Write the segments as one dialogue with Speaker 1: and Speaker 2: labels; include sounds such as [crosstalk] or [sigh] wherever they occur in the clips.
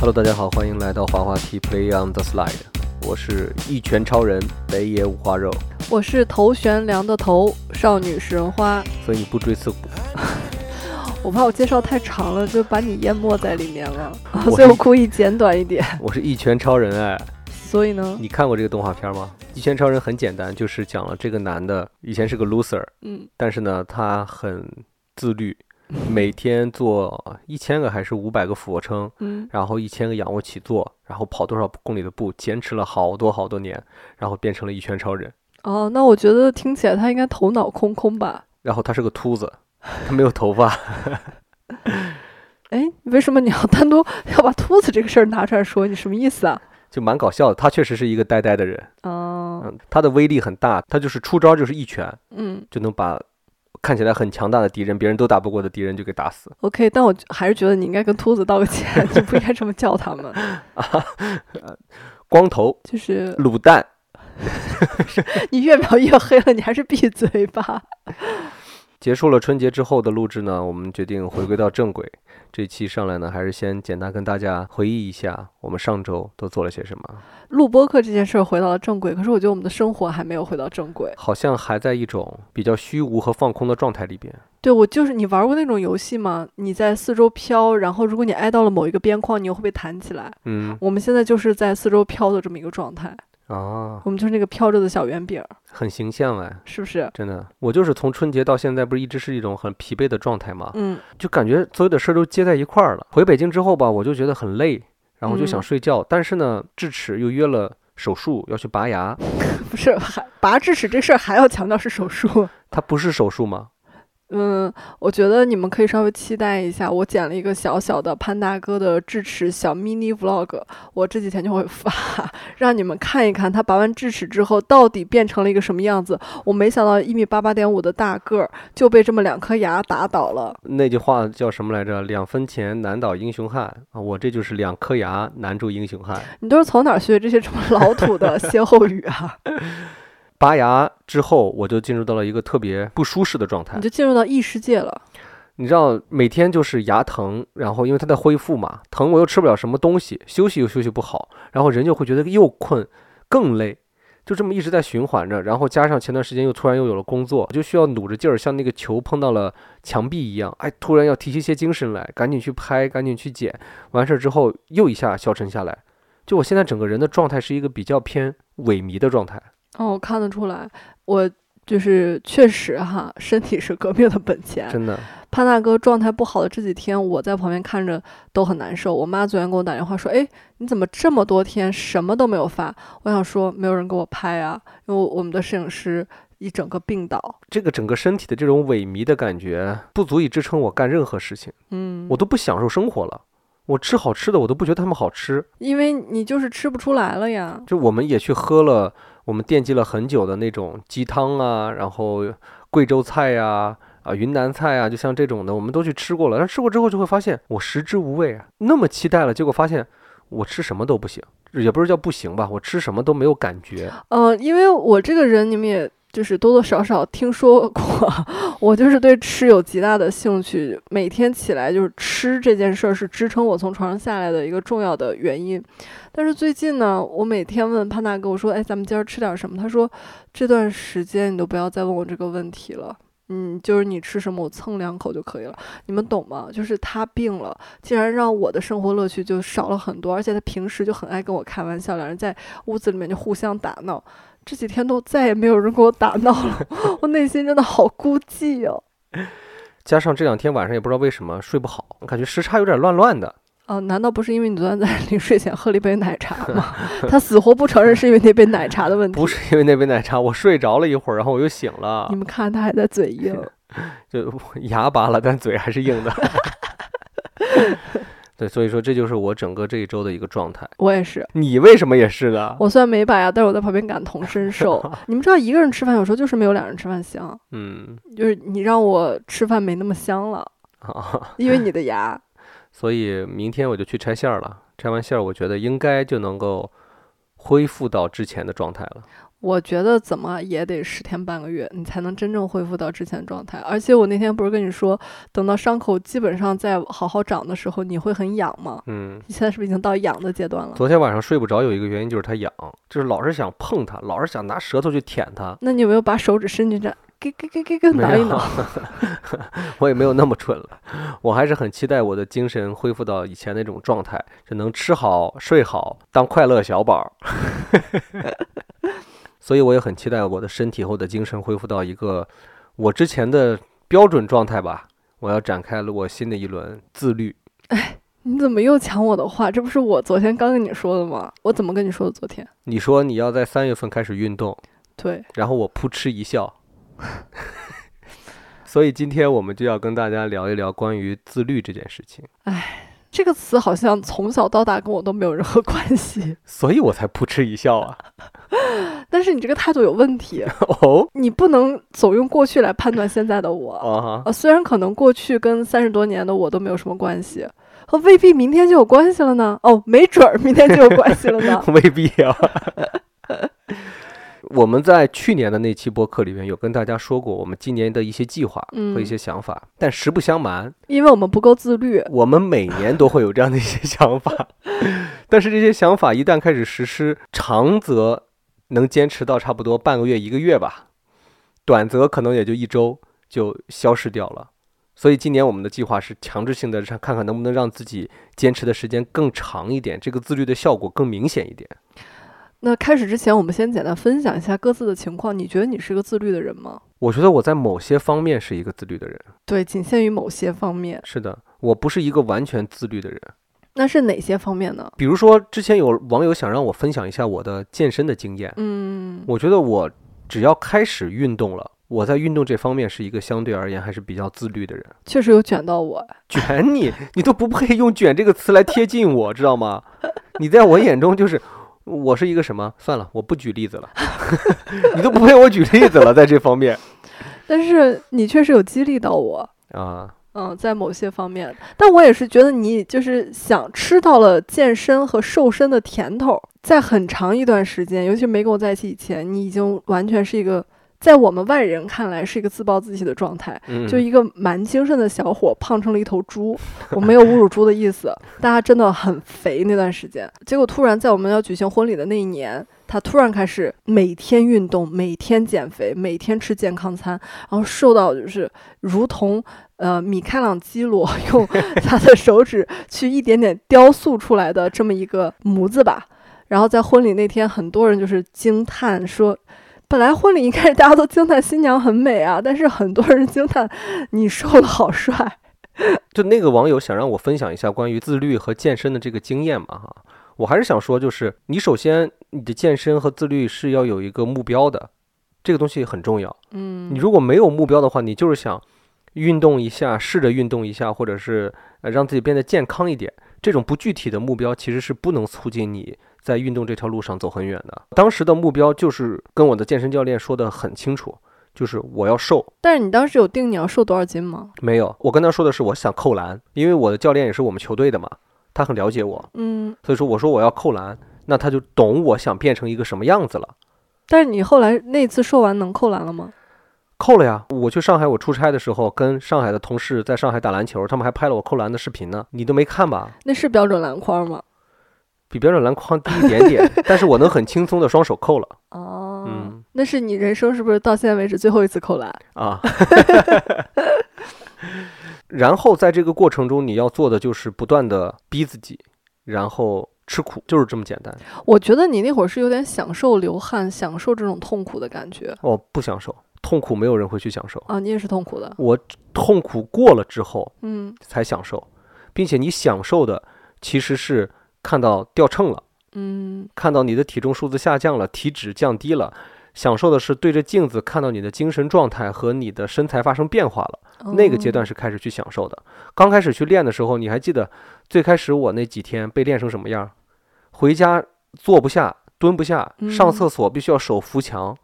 Speaker 1: Hello，大家好，欢迎来到滑滑梯 Play on the Slide，我是一拳超人北野五花肉，
Speaker 2: 我是头悬梁的头，少女食人花。
Speaker 1: 所以你不追刺股，
Speaker 2: 我怕我介绍太长了，就把你淹没在里面了，啊
Speaker 1: 我
Speaker 2: 所以我故意简短一点。
Speaker 1: [laughs] 我是一拳超人哎，
Speaker 2: 所以呢，
Speaker 1: 你看过这个动画片吗？一拳超人很简单，就是讲了这个男的以前是个 loser，
Speaker 2: 嗯，
Speaker 1: 但是呢他很自
Speaker 2: [laughs]
Speaker 1: 律，每天做一千个还是五百个俯卧撑，
Speaker 2: 嗯，
Speaker 1: 然后一千个仰卧起坐，然后跑多少公里的步，坚持了好多好多年，然后变成了一拳超人。
Speaker 2: 哦，那我觉得听起来他应该头脑空空吧？
Speaker 1: 然后他是个秃子，他没有头发。
Speaker 2: 哎，为什么你要单独要把秃子这个事儿拿出来说？你什么意思啊？
Speaker 1: 就蛮搞笑的，他确实是一个呆呆的人，
Speaker 2: 嗯
Speaker 1: 嗯，他的威力很大，他就是出招就是一拳
Speaker 2: 嗯
Speaker 1: 就能把看起来很强大的敌人，别人都打不过的敌人就给打死。 [laughs]
Speaker 2: ，OK，但我还是觉得你应该跟秃子道个歉，你不应该这么叫他们。 [laughs]
Speaker 1: 光头、
Speaker 2: 就是
Speaker 1: 卤蛋，
Speaker 2: 你越描越黑了，你还是闭嘴吧。
Speaker 1: 结束了春节之后的录制呢，我们决定回归到正轨。这期上来呢，还是先简单跟大家回忆一下我们上周都做了些什么，
Speaker 2: 录播课这件事儿回到了正轨，可是我觉得我们的生活还没有回到正轨。
Speaker 1: 好像还在一种比较虚无和放空的状态里边。
Speaker 2: 对，我就是你玩过那种游戏吗？你在四周飘，然后如果你挨到了某一个边框，你又会被弹起来。
Speaker 1: 嗯
Speaker 2: 我们现在就是在四周飘的这么一个状态，
Speaker 1: 啊，
Speaker 2: 我们就是那个飘着的小圆饼儿，
Speaker 1: 很形象哎。
Speaker 2: 是不是？
Speaker 1: 真的，我就是从春节到现在，不是一直是一种很疲惫的状态吗？
Speaker 2: 嗯，
Speaker 1: 就感觉所有的事儿都接在一块儿了。回北京之后吧，我就觉得很累，然后就想
Speaker 2: 嗯
Speaker 1: 睡觉，但是呢，智齿又约了手术要去拔牙，
Speaker 2: 不是，还拔智齿这事儿还要强调是手术。
Speaker 1: 它不是手术吗？
Speaker 2: 嗯，我觉得你们可以稍微期待一下，我剪了一个小小的潘大哥的智齿小 mini vlog，我这几天就会 [laughs] 发，让你们看一看他拔完智齿之后到底变成了一个什么样子。我没想到一米八八点五的大个儿就被这么两颗牙打倒了。
Speaker 1: 那句话叫什么来着？两分钱难倒英雄汉啊！我这就是两颗牙难住英雄汉。
Speaker 2: 你都是从哪儿学这些这么老土的歇后语啊？ [laughs]
Speaker 1: 拔牙之后，我就进入到了一个特别不舒适的状态
Speaker 2: 你。就进入到异世界了。
Speaker 1: 你知道，每天就是牙疼，然后因为它在恢复嘛，疼我又吃不了什么东西，休息又休息不好，然后人就会觉得又困，更累，就这么一直在循环着。然后加上前段时间又突然又有了工作，就需要努着劲儿，像那个球碰到了墙壁一样，哎，突然要提起一些精神来，赶紧去拍，赶紧去剪。完事儿之后又一下消沉下来，就我现在整个人的状态是一个比较偏萎靡的状态。
Speaker 2: 哦，我看得出来，我就是确实哈，身体是革命的本钱。
Speaker 1: 真的，
Speaker 2: 潘大哥状态不好的这几天，我在旁边看着都很难受。我妈昨天给我打电话说：“哎，你怎么这么多天什么都没有发？”我想说没有人给我拍啊，因为我们的摄影师一整个病倒。
Speaker 1: 这个整个身体的这种萎靡的感觉，不足以支撑我干任何事情。
Speaker 2: 嗯，
Speaker 1: 我都不享受生活了。我吃好吃的，我都不觉得他们好吃。
Speaker 2: 因为你就是吃不出来了呀。
Speaker 1: 就我们也去喝了，我们惦记了很久的那种鸡汤啊，然后贵州菜呀、啊、云南菜啊，就像这种的，我们都去吃过了。但吃过之后就会发现，我食之无味啊！那么期待了，结果发现我吃什么都不行，也不是叫不行吧，我吃什么都没有感觉。
Speaker 2: 呃，因为我这个人，你们也就是多多少少听说过， [laughs] 我就是对吃有极大的兴趣，每天起来就是吃这件事儿是支撑我从床上下来的一个重要的原因。但是最近呢，我每天问潘大哥，我说：“哎，咱们今儿吃点什么？”他说：“这段时间你都不要再问我这个问题了。”嗯，就是你吃什么，我蹭两口就可以了。你们懂吗？就是他病了，竟然让我的生活乐趣就少了很多，而且他平时就很爱跟我开玩笑，两人在屋子里面就互相打闹。这几天都再也没有人给我打闹了， [laughs] 我内心真的好孤寂哦。
Speaker 1: 加上这两天晚上也不知道为什么睡不好，感觉时差有点乱乱的。
Speaker 2: 啊，难道不是因为你昨天在 [laughs] 临睡前喝了一杯奶茶
Speaker 1: [laughs]
Speaker 2: 吗？他死活不承认是因为那杯奶茶的问题。
Speaker 1: 不，是因为那杯奶茶，我睡着了一会儿，然后我又醒了
Speaker 2: 你，们看他还在嘴
Speaker 1: [laughs]
Speaker 2: 硬。
Speaker 1: 就牙拔了，但嘴还是硬的。 [laughs] 对，所以说这就是我整个这一周的一个状态。
Speaker 2: 我也是，
Speaker 1: 你为什么也是呢？
Speaker 2: 我虽然没拔牙，但是我在旁边感同
Speaker 1: [laughs]
Speaker 2: 身受。你们知道，一个人吃饭有时候就是没有两人吃饭香，
Speaker 1: 嗯
Speaker 2: 就是你让我吃饭没那么香了，
Speaker 1: 啊，
Speaker 2: 因为你的牙。
Speaker 1: 所以明天我就去拆线儿了。拆完线儿，我觉得应该就能够恢复到之前的状态了。
Speaker 2: 我觉得怎么也得十天半个月，你才能真正恢复到之前的状态。而且我那天不是跟你说，等到伤口基本上在好好长的时候，你会很痒吗？
Speaker 1: 嗯，
Speaker 2: 你现在是不是已经到痒的阶段了？
Speaker 1: 昨天晚上睡不着，有一个原因就是它痒，就是老是想碰它，老是想拿舌头去舔它。
Speaker 2: 那你有没有把手指伸进去，给给给给给
Speaker 1: [laughs] 没
Speaker 2: 挠一
Speaker 1: 有
Speaker 2: 挠？
Speaker 1: 我也没有那么蠢了，我还是很期待我的精神恢复到以前那种状态，就能吃好、睡好，当快乐小宝儿。 [laughs] 所以我也很期待我的身体和我的精神恢复到一个我之前的标准状态吧。我要展开了我新的一轮自律。
Speaker 2: 你怎么又抢我的话？这不是我昨天刚跟你说的吗？我怎么跟你说的？昨天
Speaker 1: 你说你要在三月份开始运动，
Speaker 2: 对，
Speaker 1: 然后我扑哧一笑。 [laughs] 所以今天我们就要跟大家聊一聊关于自律这件事情，
Speaker 2: 这个词好像从小到大跟我都没有任何关系。 [laughs]
Speaker 1: 所以我才扑哧一笑啊！
Speaker 2: 但是你这个态度有问题，
Speaker 1: 哦，
Speaker 2: 你不能总用过去来判断现在的我。
Speaker 1: 啊哈，。
Speaker 2: 呃，虽然可能过去跟三十多年的我都没有什么关系，和未必明天就有关系了呢。哦，没准儿明天就有关系了呢
Speaker 1: [laughs] 未必啊。我们在去年的那期播客里面有跟大家说过我们今年的一些计划和一些想法，但实不相瞒，
Speaker 2: 因为我们不够自律，
Speaker 1: 我们每年都会有这样的一些想法， [laughs] 但是这些想法一旦开始实施，长则能坚持到差不多半个月、一个月吧，短则可能也就一周就消失掉了。所以今年我们的计划是强制性的，看看能不能让自己坚持的时间更长一点，这个自律的效果更明显一点。
Speaker 2: 那开始之前，我们先简单分享一下各自的情况。你觉得你是个自律的人吗？
Speaker 1: 我觉得我在某些方面是一个自律的人，
Speaker 2: 对，仅限于某些方面。
Speaker 1: 是的，我不是一个完全自律的人。
Speaker 2: 那是哪些方面呢？
Speaker 1: 比如说，之前有网友想让我分享一下我的健身的经验，
Speaker 2: 嗯，
Speaker 1: 我觉得我只要开始运动了，我在运动这方面是一个相对而言还是比较自律的人。
Speaker 2: 确实有卷到我。
Speaker 1: 卷你，你都不配用“卷”这个词来贴近我，知道吗？你在我眼中就是我是一个什么？算了，我不举例子了， [laughs] 你都不配我举例子了，在这方面
Speaker 2: 但是你确实有激励到我，
Speaker 1: 啊，
Speaker 2: 嗯，在某些方面。但我也是觉得你就是想吃到了健身和瘦身的甜头，在很长一段时间，尤其没跟我在一起以前，你已经完全是一个在我们外人看来是一个自暴自弃的状态。
Speaker 1: 嗯，
Speaker 2: 就一个蛮精神的小伙，胖成了一头猪。我没有侮辱猪的意思，但他真的很肥那段时间。结果突然在我们要举行婚礼的那一年，他突然开始每天运动，每天减肥，每天吃健康餐，然后瘦到就是如同呃米开朗基罗用他的手指去一点点雕塑出来的这么一个模子吧。然后在婚礼那天，很多人就是惊叹说。本来婚礼一开始大家都惊叹新娘很美啊，但是很多人惊叹你瘦了好帅。
Speaker 1: 就那个网友想让我分享一下关于自律和健身的这个经验嘛哈，我还是想说，就是你首先你的健身和自律是要有一个目标的，这个东西很重要。
Speaker 2: 嗯
Speaker 1: 你如果没有目标的话，你就是想运动一下，试着运动一下，或者是呃让自己变得健康一点。这种不具体的目标其实是不能促进你在运动这条路上走很远的。当时的目标就是跟我的健身教练说的很清楚，就是我要瘦。
Speaker 2: 但是你当时有定你要瘦多少斤吗？
Speaker 1: 没有，我跟他说的是我想扣篮，因为我的教练也是我们球队的嘛，他很了解我，
Speaker 2: 嗯，
Speaker 1: 所以说我说我要扣篮，那他就懂我想变成一个什么样子了。
Speaker 2: 但是你后来那次瘦完能扣篮了吗？
Speaker 1: 扣了呀！我去上海，我出差的时候跟上海的同事在上海打篮球，他们还拍了我扣篮的视频呢。你都没看吧？
Speaker 2: 那是标准篮筐吗？
Speaker 1: 比标准篮筐低一点点，但是我能很轻松的双手扣了。
Speaker 2: 哦
Speaker 1: 嗯
Speaker 2: 那是你人生是不是到现在为止最后一次扣篮？
Speaker 1: 啊。 [laughs] 然后在这个过程中，你要做的就是不断的逼自己，然后吃苦，就是这么简单。
Speaker 2: 我觉得你那会儿是有点享受流汗，享受这种痛苦的感觉
Speaker 1: 哦，不享受痛苦，没有人会去享受。
Speaker 2: 啊，你也是痛苦的。
Speaker 1: 我痛苦过了之后，
Speaker 2: 嗯
Speaker 1: 才享受，并且你享受的其实是看到掉秤了。
Speaker 2: 嗯，
Speaker 1: 看到你的体重数字下降了，体脂降低了，享受的是对着镜子看到你的精神状态和你的身材发生变化了。那个阶段
Speaker 2: 哦，
Speaker 1: 是开始去享受的。刚开始去练的时候，你还记得最开始我那几天被练成什么样儿？回家坐不下，蹲不下，上
Speaker 2: 嗯
Speaker 1: 厕所必须要手扶墙，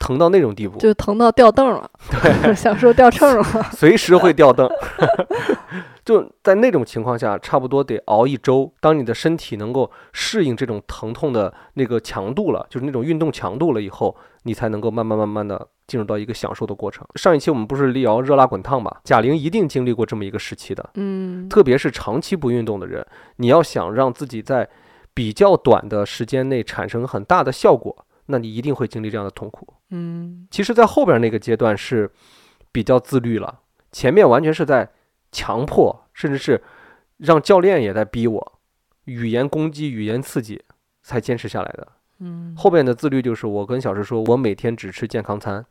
Speaker 1: 疼到那种地步， [laughs]
Speaker 2: 就疼到掉凳了，享受掉秤了。
Speaker 1: 随时会掉凳。 [laughs] 就在那种情况下，差不多得熬一周。当你的身体能够适应这种疼痛的那个强度了，就是那种运动强度了以后，你才能够慢慢慢慢的进入到一个享受的过程。上一期我们不是聊热辣滚烫嘛，贾玲一定经历过这么一个时期的，
Speaker 2: 嗯， [laughs]
Speaker 1: 特别是长期不运动的人，你要想让自己在比较短的时间内产生很大的效果，那你一定会经历这样的痛苦。
Speaker 2: 嗯
Speaker 1: 其实，在后边那个阶段是比较自律了，前面完全是在强迫，甚至是让教练也在逼我，语言攻击、语言刺激才坚持下来的。
Speaker 2: 嗯，
Speaker 1: 后边的自律就是我跟小石说，我每天只吃健康餐，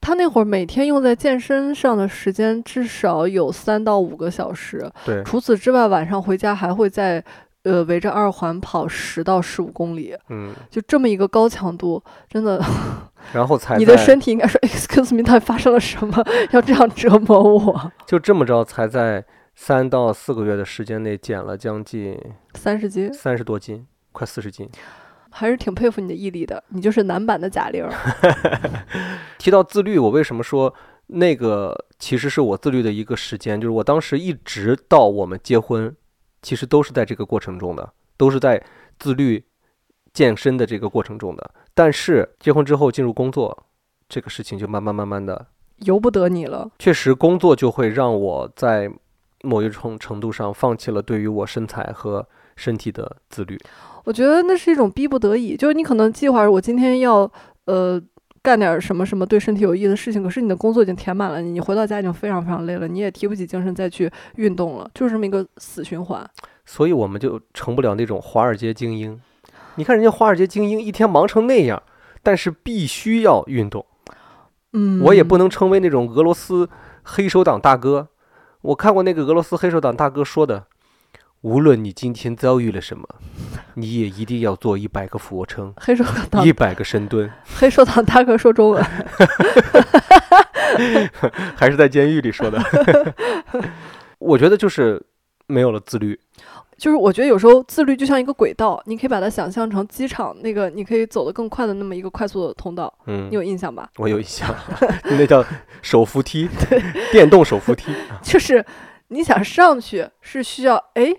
Speaker 2: 他那会儿每天用在健身上的时间至少有三到五个小时，
Speaker 1: 对
Speaker 2: 除此之外，晚上回家还会在呃围着二环跑十到十五公里，
Speaker 1: 嗯，
Speaker 2: 就这么一个高强度，真的，
Speaker 1: 然后才
Speaker 2: 你的
Speaker 1: 在
Speaker 2: 身体应该说 [laughs] excuse me，到底发生了什么？ [laughs] 要这样折磨我？
Speaker 1: 就这么着，才在三到四个月的时间内减了将近
Speaker 2: 三十斤
Speaker 1: 三十多斤，快四十斤。
Speaker 2: 还是挺佩服你的毅力的，你就是男版的贾玲儿。
Speaker 1: 提到自律，我为什么说那个其实是我自律的一个时间，就是我当时一直到我们结婚，其实都是在这个过程中的，都是在自律健身的这个过程中的。但是结婚之后进入工作，这个事情就慢慢慢慢的，
Speaker 2: 由不得你了，
Speaker 1: 确实工作就会让我在某一种程度上放弃了对于我身材和身体的自律。
Speaker 2: 我觉得那是一种逼不得已，就是你可能计划着我今天要呃干点什么什么对身体有益的事情，可是你的工作已经填满了你，你回到家已经非常非常累了，你也提不起精神再去运动了，就是这么一个死循环。
Speaker 1: 所以我们就成不了那种华尔街精英。你看人家华尔街精英一天忙成那样，但是必须要运动。
Speaker 2: 嗯，
Speaker 1: 我也不能成为那种俄罗斯黑手党大哥。我看过那个俄罗斯黑手党大哥说的，无论你今天遭遇了什么，你也一定要做一百个俯卧撑，
Speaker 2: 黑手党
Speaker 1: 一百个深
Speaker 2: [laughs]
Speaker 1: 蹲，
Speaker 2: 黑手党大哥说中文，
Speaker 1: 还是在监狱里说
Speaker 2: [laughs]
Speaker 1: 的。我觉得就是没有了自律，
Speaker 2: 就是我觉得有时候自律就像一个轨道，你可以把它想象成机场那个你可以走得更快的那么一个快速的通道，
Speaker 1: 嗯
Speaker 2: 你，有印象吧？
Speaker 1: 我有印
Speaker 2: [laughs]
Speaker 1: 象，那叫手扶梯，电动手扶梯。
Speaker 2: 就是你想上去是需要哎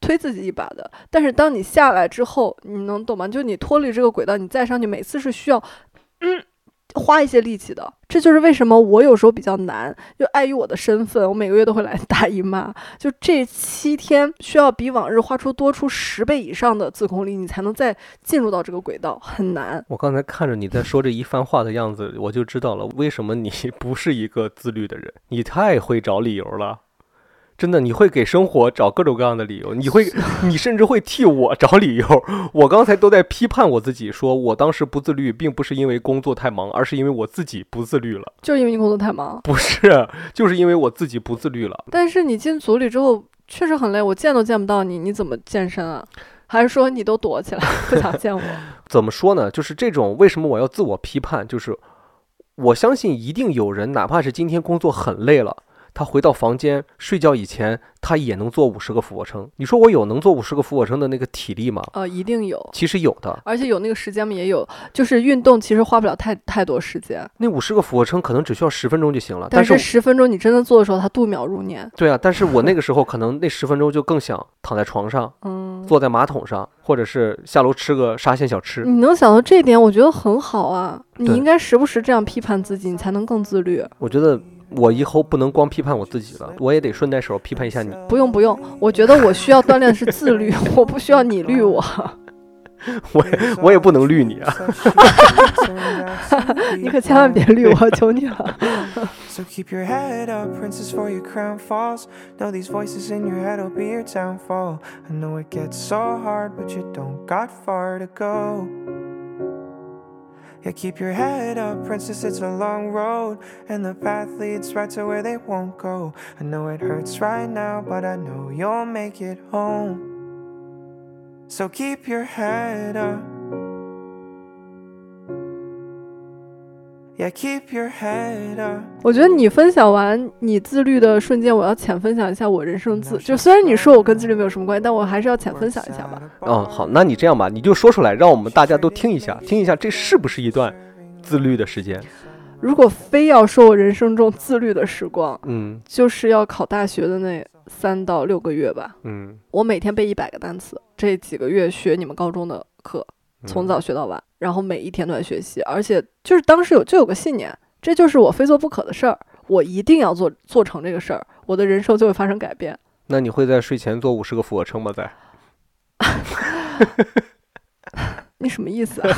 Speaker 2: 推自己一把的，但是当你下来之后，你能懂吗？就你脱离这个轨道，你再上去，每次是需要嗯花一些力气的。这就是为什么我有时候比较难，就碍于我的身份，我每个月都会来 [laughs] 大姨妈，就这七天需要比往日花出多出十倍以上的自控力，你才能再进入到这个轨道，很难。
Speaker 1: 我刚才看着你在说这一番话的样子，我就知道了为什么你 [laughs] 不是一个自律的人。你太会找理由了，真的，你会给生活找各种各样的理由，你会，你甚至会替我找理由。我刚才都在批判我自己，说我当时不自律，并不是因为工作太忙，而是因为我自己不自律了。
Speaker 2: 就是因为你工作太忙，
Speaker 1: 不是，就是因为我自己不自律了。
Speaker 2: 但是你进组里之后确实很累，我见都见不到你，你怎么健身啊？还是说你都躲起来不想见我？ [laughs]
Speaker 1: 怎么说呢？就是这种，为什么我要自我批判？就是我相信一定有人，哪怕是今天工作很累了，他回到房间睡觉以前，他也能做五十个俯卧撑。你说我有能做五十个俯卧撑的那个体力吗？
Speaker 2: 呃，一定有，
Speaker 1: 其实有的，
Speaker 2: 而且有那个时间嘛，也有，就是运动其实花不了太太多时间，
Speaker 1: 那五十个俯卧撑可能只需要十分钟就行了。啊但
Speaker 2: 但
Speaker 1: 是
Speaker 2: 是十分钟你真的做的时候，它度秒如年。
Speaker 1: 对啊，但是我那个时候可能那十分钟就更想躺在床上，
Speaker 2: 嗯，
Speaker 1: 坐在马桶上，或者是下楼吃个沙县小吃。
Speaker 2: 你能想到这一点，我觉得很好啊。你
Speaker 1: 对
Speaker 2: 应该时不时这样批判自己，你才能更自律。
Speaker 1: 我觉得我以后不能光批判我自己了，我也得顺带手批判一下你。
Speaker 2: 不用不用，我觉得我需要锻炼的是自律， [laughs] 我不需要你律
Speaker 1: [laughs]
Speaker 2: 我。
Speaker 1: 啊我也我也不能绿你啊。
Speaker 2: [laughs] 你可千万
Speaker 1: 啊
Speaker 2: 别律我，求你了。
Speaker 3: [laughs] So keep your head up, princess, for your crown falls. Know these voices in your head will be your downfall. I know it gets so hard, but you don't got far to go. Yeah, keep your head up, princess, it's a long road. And the path leads right to where they won't go. I know it hurts right now, but I know you'll make it home. So keep your head up. Yeah, keep your head up.
Speaker 2: 我觉得你分享完你自律的瞬间，我要浅分享一下我人生
Speaker 1: 嗯
Speaker 2: 自。就虽然你说我跟自律没有什么关系，但我还是要浅分享一下吧。
Speaker 1: 嗯，好，那你这样吧，你就说出来，让我们大家都听一下，听一下这是不是一段自律的时间？
Speaker 2: 如果非要说我人生中自律的时光，
Speaker 1: 嗯，
Speaker 2: 就是要考大学的那三到六个月吧，
Speaker 1: 嗯，
Speaker 2: 我每天背一百个单词，这几个月学你们高中的课，
Speaker 1: 嗯
Speaker 2: 从早学到晚，然后每一天都在学习，而且就是当时有就有个信念，这就是我非做不可的事儿，我一定要做做成这个事儿，我的人生就会发生改变。
Speaker 1: 那你会在睡前做五十个俯卧撑吗？在？
Speaker 2: 你什么意思啊？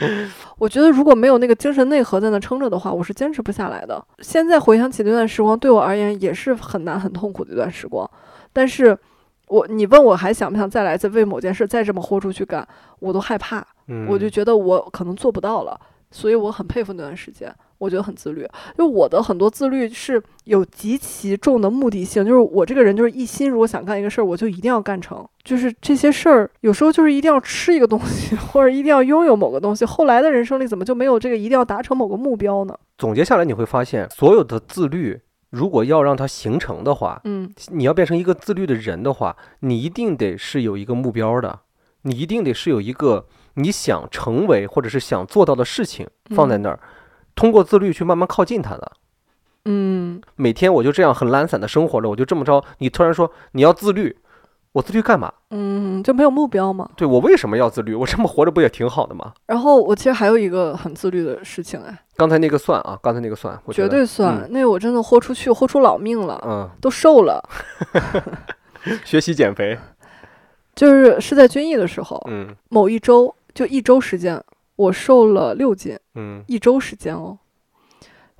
Speaker 2: [laughs] 我觉得如果没有那个精神内核在那撑着的话，我是坚持不下来的。现在回想起那段时光，对我而言也是很难很痛苦的一段时光。但是我，你问我还想不想再来一次为某件事再这么豁出去干，我都害怕。
Speaker 1: 嗯，
Speaker 2: 我就觉得我可能做不到了，所以我很佩服那段时间，我觉得很自律。就我的很多自律是有极其重的目的性，就是我这个人就是一心，如果想干一个事儿，我就一定要干成。就是这些事儿，有时候就是一定要吃一个东西， [laughs] 或者一定要拥有某个东西。后来的人生里怎么就没有这个一定要达成某个目标呢？
Speaker 1: 总结下来，你会发现，所有的自律，如果要让它形成的话，
Speaker 2: 嗯，
Speaker 1: 你要变成一个自律的人的话，你一定得是有一个目标的，你一定得是有一个你想成为或者是想做到的事情放在那儿，通过自律去慢慢靠近它的。
Speaker 2: 嗯，
Speaker 1: 每天我就这样很懒散的生活着，我就这么着。你突然说你要自律，我自律干嘛？
Speaker 2: 嗯，就没有目标嘛。
Speaker 1: 对我为什么要自律？我这么活着不也挺好的吗？
Speaker 2: 然后我其实还有一个很自律的事情哎，
Speaker 1: 刚才那个算啊，刚才那个算，我觉
Speaker 2: 绝
Speaker 1: 得
Speaker 2: 对算，那我真的豁出去，豁出老命了，
Speaker 1: 嗯，
Speaker 2: 都瘦了，
Speaker 1: 学习减肥，
Speaker 2: 哦就是是在军艺的时候，
Speaker 1: 嗯
Speaker 2: 某一周就一周时间，我瘦了六斤，
Speaker 1: 嗯
Speaker 2: 一周时间哦。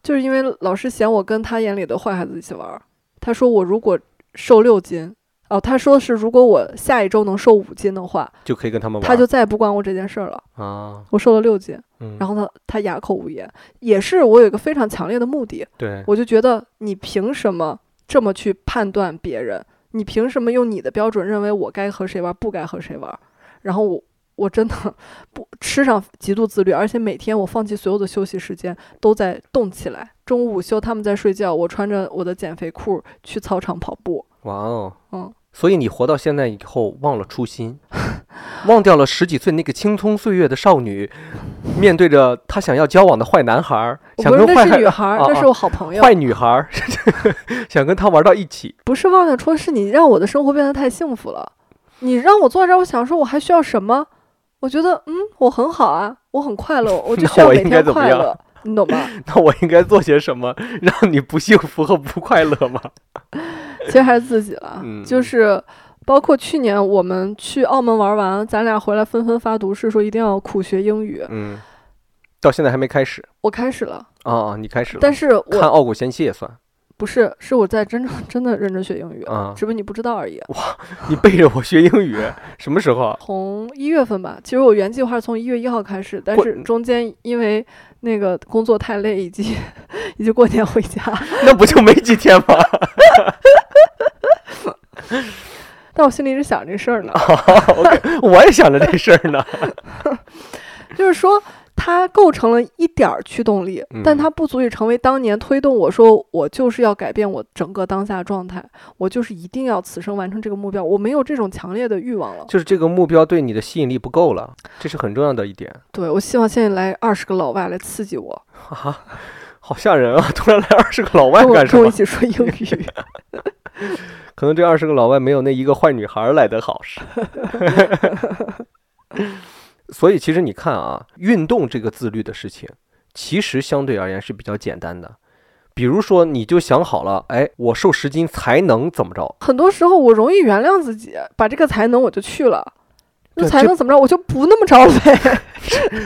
Speaker 2: 就是因为老师嫌我跟他眼里的坏孩子一起玩儿，他说我如果瘦六斤，哦，他说是如果我下一周能瘦五斤的话，
Speaker 1: 就可以跟他们玩。
Speaker 2: 他就再也不管我这件事儿了。
Speaker 1: 啊，
Speaker 2: 我瘦了六斤，
Speaker 1: 嗯，
Speaker 2: 然后他他哑口无言，也是我有一个非常强烈的目的，
Speaker 1: 对，
Speaker 2: 我就觉得你凭什么这么去判断别人？你凭什么用你的标准认为我该和谁玩，不该和谁玩？然后我我真的不吃上极度自律，而且每天我放弃所有的休息时间，都在动起来。中午午休他们在睡觉，我穿着我的减肥裤去操场跑步。
Speaker 1: 哇哦，
Speaker 2: 嗯，
Speaker 1: 所以你活到现在以后，忘了初心，忘掉了十几岁那个青葱岁月的少女，面对着她想要交往的坏男孩儿，
Speaker 2: 我
Speaker 1: 想
Speaker 2: 不是
Speaker 1: 跟
Speaker 2: 那
Speaker 1: 坏
Speaker 2: 是女
Speaker 1: 孩
Speaker 2: 孩儿，
Speaker 1: 啊
Speaker 2: 那
Speaker 1: 啊
Speaker 2: 是我好朋
Speaker 1: [laughs]
Speaker 2: 友。
Speaker 1: 坏女孩儿，想跟他玩到一起。
Speaker 2: 不是妄想戳，是你让我的生活变得太幸福了。你让我坐在这儿，我想说我还需要什么？我觉得嗯，我很好啊，我很快
Speaker 1: [laughs]
Speaker 2: 乐，我就需
Speaker 1: 那
Speaker 2: 要
Speaker 1: 我
Speaker 2: 每
Speaker 1: 应该
Speaker 2: 天
Speaker 1: 怎么
Speaker 2: 快
Speaker 1: 样
Speaker 2: 乐，你懂吗？
Speaker 1: [laughs] 那我应该做些什么让你不幸福和不快乐 [laughs] 吗？
Speaker 2: 其实还是自己了，
Speaker 1: 嗯
Speaker 2: 就是包括去年我们去澳门玩完，咱俩回来纷纷发毒誓说一定要苦学英语。
Speaker 1: 嗯，到现在还没开始
Speaker 2: 我开始了，
Speaker 1: 啊啊！你开始了，
Speaker 2: 但是
Speaker 1: 看《
Speaker 2: 我
Speaker 1: 傲骨贤妻》也算
Speaker 2: 不是，是我在真正真的认真学英语，
Speaker 1: 啊。
Speaker 2: 只不过你不知道而已。
Speaker 1: 你背着我学英语， [laughs] 什么时候？啊
Speaker 2: 从一月份吧，其实我原计划是从一月一号开始，但
Speaker 1: 过
Speaker 2: 是中间因为那个工作太累，以及 [laughs] 以及过年回家，
Speaker 1: 那不就没几天吗？ [laughs]
Speaker 2: 但我心里一直想着这事儿
Speaker 1: 啊
Speaker 2: 呢，
Speaker 1: 我也想着这事儿呢。
Speaker 2: 就是说它构成了一点儿驱动力，但
Speaker 1: 嗯
Speaker 2: 它不足以成为当年推动我说我就是要改变我整个当下状态，我就是一定要此生完成这个目标，我没有这种强烈的欲望了。
Speaker 1: [laughs] 就是这个目标对你的吸引力不够了，这是很重要的一点。
Speaker 2: 对我希望现在来二十个老外来刺激我，
Speaker 1: 好吓人啊！突然来二十个老外
Speaker 2: 跟我
Speaker 1: 干什
Speaker 2: 跟我一
Speaker 1: 么？
Speaker 2: 起说英语。
Speaker 1: 可能这二十个老外没有那一个坏女孩儿来得好 [laughs] 使。所以其实你看啊，运动这个自律的事情，其实相对而言是比较简单的。比如说，你就想好了，哎，我瘦十斤才能怎么着？
Speaker 2: 很多时候我容易原谅自己，把这个才能我就去了，那
Speaker 1: 对
Speaker 2: 才
Speaker 1: 这
Speaker 2: 能怎么着，我就不那么
Speaker 1: [laughs]
Speaker 2: 着呗。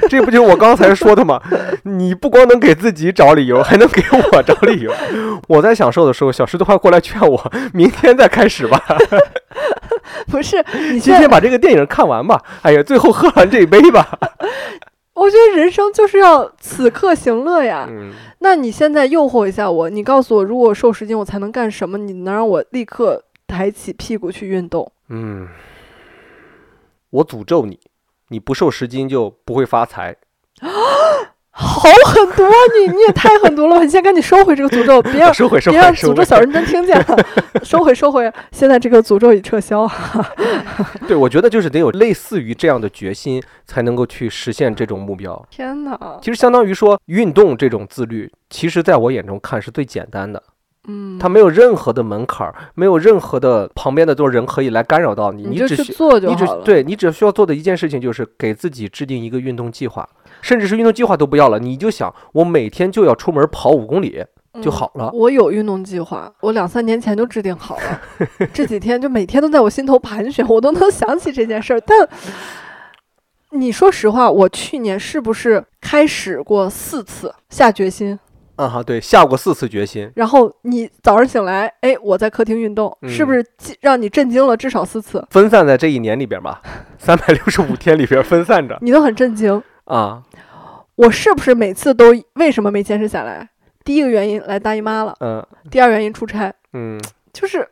Speaker 1: 这不就是我刚才说的吗？ [laughs] 你不光能给自己找理由，还能给我找理由。 [laughs] 我在享受的时候，小石都快过来劝我，明天再开始吧。
Speaker 2: 不是，你
Speaker 1: 今
Speaker 2: 现在
Speaker 1: 天把这个电影看完吧。哎呀，最后喝完这一杯吧。
Speaker 2: 我觉得人生就是要此刻行乐呀。
Speaker 1: 嗯，
Speaker 2: 那你现在诱惑一下我，你告诉我，如果我瘦十斤，我才能干什么？你能让我立刻抬起屁股去运动？
Speaker 1: 嗯，我诅咒你，你不瘦十斤就不会发财。
Speaker 2: 好狠毒啊！你你也太狠毒了吧！你先赶紧收回这个诅咒，别让
Speaker 1: 收回， [laughs] 收
Speaker 2: 别让
Speaker 1: 回，收
Speaker 2: 诅咒
Speaker 1: 回。
Speaker 2: 小认真听见了。收回收回，现在这个诅咒已撤销。
Speaker 1: [laughs] 对，我觉得就是得有类似于这样的决心，才能够去实现这种目标。
Speaker 2: 天哪！
Speaker 1: 其实相当于说，运动这种自律，其实在我眼中看是最简单的。
Speaker 2: 嗯，
Speaker 1: 它没有任何的门槛儿，没有任何的旁边的多人可以来干扰到你，
Speaker 2: 你就
Speaker 1: 只
Speaker 2: 去
Speaker 1: 需
Speaker 2: 做就
Speaker 1: 你只
Speaker 2: 好了。
Speaker 1: 对你只需要做的一件事情就是给自己制定一个运动计划，甚至是运动计划都不要了，你就想我每天就要出门跑五公里就
Speaker 2: 嗯
Speaker 1: 好了。
Speaker 2: 我有运动计划，我两三年前就制定好
Speaker 1: [laughs]
Speaker 2: 了，这几天就每天都在我心头盘旋，我都能想起这件事儿。但你说实话，我去年是不是开始过四次下决心？
Speaker 1: 啊哈，对，下过四次决心，
Speaker 2: 然后你早上醒来，哎，我在客厅运动，是不
Speaker 1: 嗯
Speaker 2: 是既让你震惊了至少四次？
Speaker 1: 分散在这一年里边吧，三百六十五天里边分散着
Speaker 2: 你都很震惊，
Speaker 1: 啊，
Speaker 2: 我是不是每次都为什么没坚持下来？第一个原因来大姨妈了，
Speaker 1: 嗯
Speaker 2: 第二原因出差，
Speaker 1: 嗯，
Speaker 2: 就是